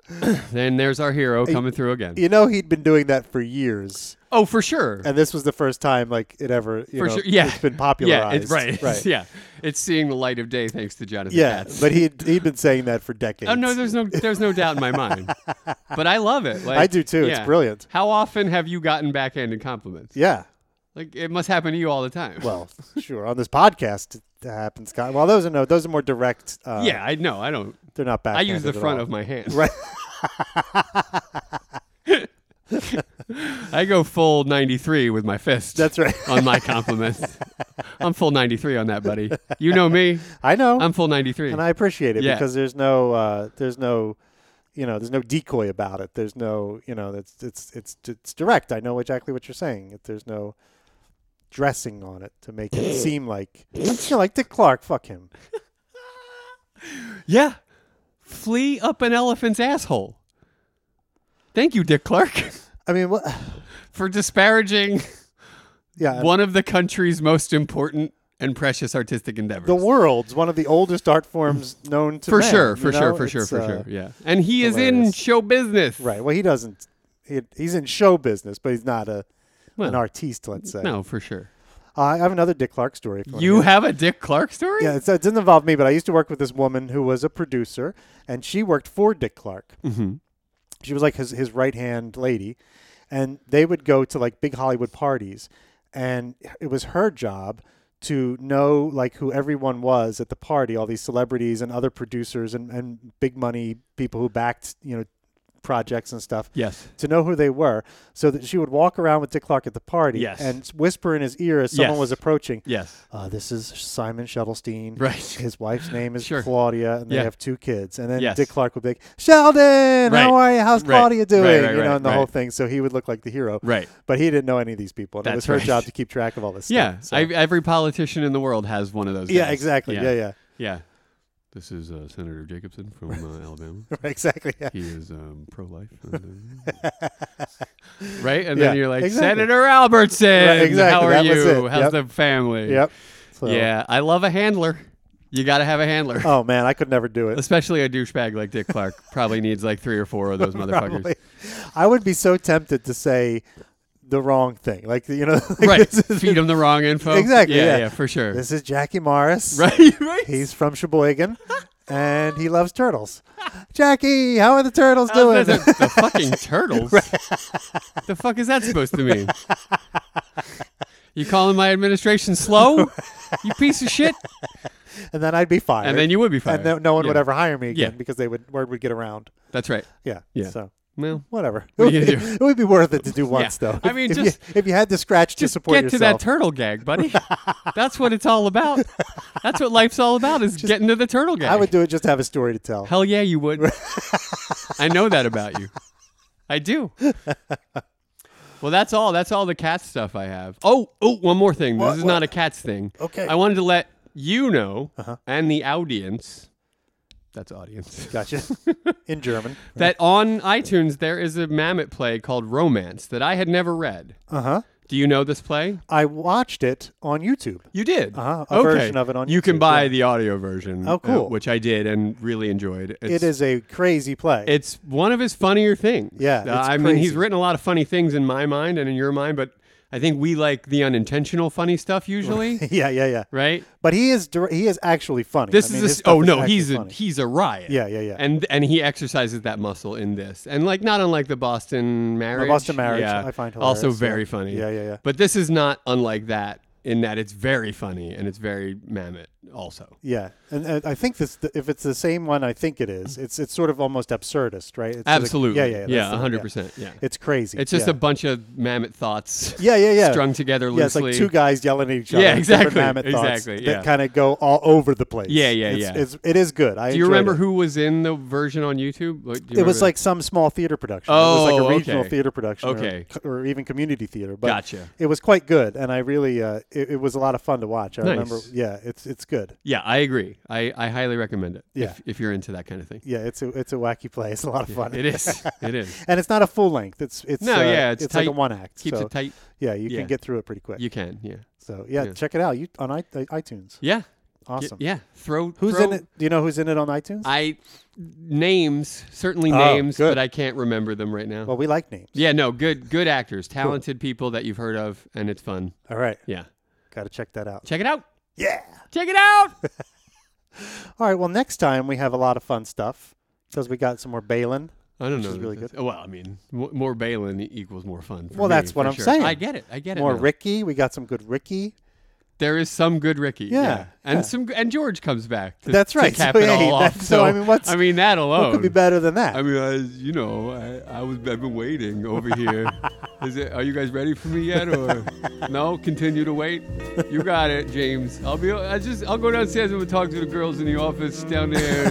S2: [LAUGHS] then there's our hero coming through again.
S1: You know, he'd been doing that for years,
S2: Oh, for sure.
S1: and this was the first time like it ever. You
S2: for
S1: know,
S2: sure. Yeah.
S1: it's been
S2: Yeah,
S1: popularized.
S2: it's right. [LAUGHS]
S1: right.
S2: yeah. It's seeing the light of day thanks to Jonathan
S1: Yeah,
S2: Katz.
S1: but he'd he'd been saying that for decades.
S2: Oh no, there's no there's no doubt in my
S1: [LAUGHS]
S2: mind. But I love it. Like,
S1: I do too. It's
S2: yeah.
S1: brilliant.
S2: How often have you gotten backhanded compliments?
S1: Yeah.
S2: Like it must happen to you all the time. [LAUGHS]
S1: Well, sure. On this podcast, it happens. Con- well, those are no. Those are more direct. Uh,
S2: yeah, I know. I don't.
S1: they're not back.
S2: I use the front of my hand.
S1: Right.
S2: [LAUGHS] I go full 93 with my fist.
S1: [LAUGHS] That's right.
S2: [LAUGHS] on my compliments. I'm full 93 on that, buddy. You know me.
S1: I know,
S2: I'm full 93.
S1: and I appreciate it
S2: Yeah.
S1: because there's no, uh, there's no, you know, there's no decoy about it. There's no, you know, that's it's it's it's direct. I know exactly what you're saying. There's no dressing on it to make
S2: [CLEARS THROAT]
S1: it seem like, you know, like Dick Clark. Fuck him.
S2: yeah. Flee up an elephant's asshole. Thank you, Dick Clark, [LAUGHS]
S1: I mean, what?
S2: for disparaging
S1: [SIGHS] Yeah,
S2: one of the country's most important and precious artistic endeavors.
S1: the world's one of the oldest art forms known to
S2: for
S1: man,
S2: sure,
S1: you
S2: for
S1: know?
S2: sure, for sure,
S1: It's,
S2: for
S1: uh,
S2: sure. Yeah. And he is in
S1: hilarious.
S2: show business.
S1: Right. Well, he doesn't. He, he's in show business, but he's not a an
S2: Well,
S1: artiste. Let's say.
S2: No, for sure.
S1: Uh, I have another Dick Clark story. If you, wanna
S2: You
S1: hear it.
S2: have a Dick Clark story?
S1: Yeah, it's, it didn't involve me, but I used to work with this woman who was a producer, and she worked for Dick Clark.
S2: Mhm.
S1: She was like his his right hand lady, and they would go to like big Hollywood parties, and it was her job to know like who everyone was at the party, all these celebrities and other producers and and big money people who backed you know projects and stuff
S2: Yes.
S1: to know who they were, so that she would walk around with Dick Clark at the party
S2: Yes.
S1: and whisper in his ear as someone
S2: Yes.
S1: was approaching,
S2: Yes.
S1: uh, this is Simon Shettlestein.
S2: Right.
S1: His wife's name is
S2: Sure.
S1: Claudia, and they
S2: Yeah.
S1: have two kids. And then
S2: Yes.
S1: Dick Clark would be like, Sheldon, how
S2: Right.
S1: are you? How's
S2: Right.
S1: Claudia
S2: Right,
S1: doing?
S2: right,
S1: you know,
S2: right,
S1: and the whole
S2: right.
S1: thing. So he would look like the hero.
S2: Right.
S1: But he didn't know any of these people. And it was
S2: That's
S1: her
S2: right.
S1: job to keep track of all this
S2: Yeah.
S1: stuff. So-
S2: I, every politician in the world has one of those.
S1: yeah,
S2: guys.
S1: exactly. Yeah, [LAUGHS] yeah.
S2: Yeah. This is uh, Senator Jacobson from
S1: [LAUGHS]
S2: uh, Alabama.
S1: exactly. Yeah.
S2: He is um,
S1: [LAUGHS]
S2: pro-life, and, uh, right? And then
S1: Yeah,
S2: you're like
S1: exactly.
S2: Senator Albertson.
S1: Right, exactly,
S2: How are
S1: that was
S2: you?
S1: it,
S2: How's
S1: yep.
S2: the family?
S1: Yep. So,
S2: Yeah, I love a handler. You got to have a handler,
S1: Oh, man, I could never do it.
S2: especially a douchebag like Dick Clark. Probably needs like three or four of those motherfuckers.
S1: [LAUGHS] Probably. I would be so tempted to say the wrong thing. Like, you know, [LAUGHS] like,
S2: Right?
S1: this, is,
S2: Feed him the wrong info.
S1: Exactly,
S2: Yeah,
S1: yeah.
S2: for sure.
S1: this is Jackie Morris.
S2: right. Right.
S1: He's from Sheboygan, and he loves turtles. Jackie, how are the turtles
S2: How's
S1: doing?
S2: that- the, the
S1: [LAUGHS]
S2: fucking turtles. the fuck is that supposed to mean? You calling my administration slow? You piece of shit.
S1: and then I'd be fired.
S2: And then you would be fired.
S1: And no, no one
S2: Yeah.
S1: would ever hire me again
S2: Yeah.
S1: because they would word would get around.
S2: That's right.
S1: Yeah.
S2: Yeah.
S1: So [LAUGHS]
S2: Well,
S1: whatever.
S2: What are
S1: it,
S2: you
S1: would
S2: gonna
S1: be,
S2: do?
S1: it would be worth it to do once though.
S2: I
S1: If-
S2: mean,
S1: if
S2: just-
S1: you, if you had to scratch to
S2: just
S1: support
S2: get to that
S1: yourself.
S2: turtle
S1: [LAUGHS]
S2: gag, buddy. That's what it's all about. That's what life's all about is getting to the turtle gag.
S1: I would do it just to have a story to tell.
S2: Hell yeah,
S1: [LAUGHS]
S2: you would. I know that about you. I do. Well, that's all. That's all the cat stuff I have. Oh, oh, one more thing.
S1: What-
S2: this is
S1: what?
S2: not a cat's thing.
S1: Okay. Uh-huh.
S2: I wanted to let you know and the audience. That's audience. [LAUGHS]
S1: Gotcha. In German.
S2: that on iTunes there is a Mamet play called Romance that I had never read.
S1: Uh huh.
S2: Do you know this play?
S1: I watched it on YouTube.
S2: You did.
S1: Uh-huh, a version of it on
S2: You can
S1: YouTube,
S2: buy
S1: yeah.
S2: the audio version. uh,
S1: Oh, cool.
S2: which I did and really enjoyed. It's,
S1: It is a crazy play.
S2: It's one of his funnier things.
S1: Yeah,
S2: Uh,
S1: it's
S2: I mean, he's
S1: crazy.
S2: written a lot of funny things in my mind and in your mind, but I think we like the unintentional funny stuff usually,
S1: [LAUGHS] yeah, yeah, yeah.
S2: [LAUGHS] right?
S1: But he is dir- he is actually funny.
S2: This
S1: I mean,
S2: is a,
S1: his
S2: s-
S1: stuff
S2: oh no,
S1: actually
S2: he's a
S1: funny.
S2: he's a riot.
S1: Yeah, yeah, yeah.
S2: And and he exercises that muscle in this, and like not unlike the Boston marriage.
S1: Boston Marriage,
S2: yeah,
S1: I find
S2: also
S1: hilarious, yeah.
S2: very funny.
S1: Yeah, yeah, yeah.
S2: But this is not unlike that in that it's very funny and it's very mammoth also.
S1: Yeah, and, and I think this if it's the same one, I think it is. It's it's sort of almost absurdist, right? It's like-
S2: Absolutely.
S1: yeah, yeah, that's the
S2: yeah,
S1: one,
S2: hundred percent. Yeah,
S1: It's crazy.
S2: it's just
S1: yeah.
S2: a bunch of mammoth thoughts.
S1: yeah, yeah, yeah.
S2: strung together
S1: Yeah, it's
S2: loosely.
S1: like two guys yelling at each other.
S2: Yeah,
S1: with different
S2: exactly,
S1: mammoth thoughts
S2: exactly, yeah.
S1: That kind of go all over the place.
S2: Yeah, yeah,
S1: it's,
S2: yeah.
S1: It's, it is good. I
S2: Do you
S1: enjoyed
S2: remember
S1: it.
S2: who was in the version on YouTube? Like, do you
S1: It was
S2: remember-
S1: like some small theater production. it was
S2: Oh,
S1: like a regional
S2: okay.
S1: theater production, or-
S2: Okay.
S1: or, even community theater. But
S2: Gotcha.
S1: It was quite good, and I really, uh, it, it was a lot of fun to watch. I
S2: Nice.
S1: remember. Yeah, it's it's good.
S2: yeah, I agree. I, I highly recommend it.
S1: Yeah.
S2: If, if you're into that kind
S1: [LAUGHS]
S2: of thing,
S1: Yeah, it's a it's a wacky play. It's a lot of fun.
S2: it is.
S1: [LAUGHS]
S2: It is.
S1: and it's not a full length. It's it's
S2: No,
S1: uh,
S2: yeah, it's
S1: like a
S2: tight.
S1: one act.
S2: Keeps
S1: so
S2: it tight.
S1: yeah, you
S2: yeah.
S1: can get through it pretty quick.
S2: You can. Yeah.
S1: so yeah,
S2: yeah.
S1: check it out. You on I, uh, iTunes.
S2: Yeah. Y-
S1: Awesome.
S2: Yeah. Throw.
S1: Who's
S2: throw-
S1: in it? Do you know who's in it on iTunes?
S2: I names certainly
S1: Oh,
S2: names,
S1: good.
S2: but I can't remember them right now.
S1: well, we like names.
S2: yeah. No. Good. Good actors, talented people that you've heard of, and it's fun.
S1: All right,
S2: Yeah.
S1: got to check that out.
S2: Check it out.
S1: Yeah.
S2: Check it
S1: [LAUGHS]
S2: out.
S1: All right. Well, next time we have a lot of fun stuff because we got some more Balin.
S2: I don't know.
S1: is
S2: that
S1: really
S2: that's- oh, Well, I mean, w- more Balin equals more fun. for
S1: Well,
S2: me,
S1: that's what
S2: for
S1: I'm
S2: sure.
S1: saying.
S2: I get it. I get it.
S1: More
S2: now.
S1: Ricky. We got some good Ricky.
S2: There is some good Ricky.
S1: Yeah,
S2: And
S1: yeah.
S2: some and George comes back. To,
S1: That's right.
S2: To
S1: [LAUGHS]
S2: cap
S1: So,
S2: it
S1: hey,
S2: all off.
S1: that's- so, I mean, what's-
S2: I mean that alone.
S1: What could be better than that?
S2: I mean, I, you know, I, I was I've been waiting over
S1: [LAUGHS]
S2: here. Is it? Are you guys ready for me yet, or no? Continue to wait. You got it, James. I'll be. I just I'll go downstairs and we'll talk to the girls in the office down there.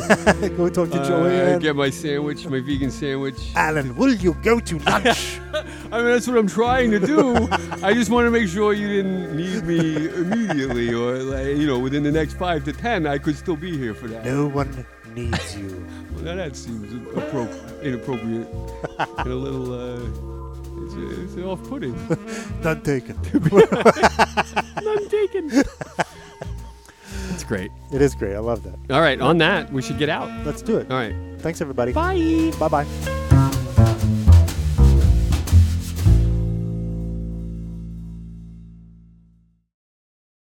S1: go talk to [LAUGHS]
S2: Uh,
S1: Joanne.
S2: get my sandwich, my vegan sandwich.
S1: Alan, will you go to lunch?
S2: I mean, that's what I'm trying to do. I just want to make sure you didn't need me immediately, or like, you know, within the next five to ten, I could still be here for that.
S1: no one needs you.
S2: Now that seems appro- inappropriate and a little, uh, it's, it's off-putting.
S1: None taken.
S2: None taken. That's great.
S1: it is great. I love that.
S2: All right, on that, we should get out.
S1: Let's do it.
S2: All right,
S1: Thanks, everybody.
S2: bye.
S1: Bye bye.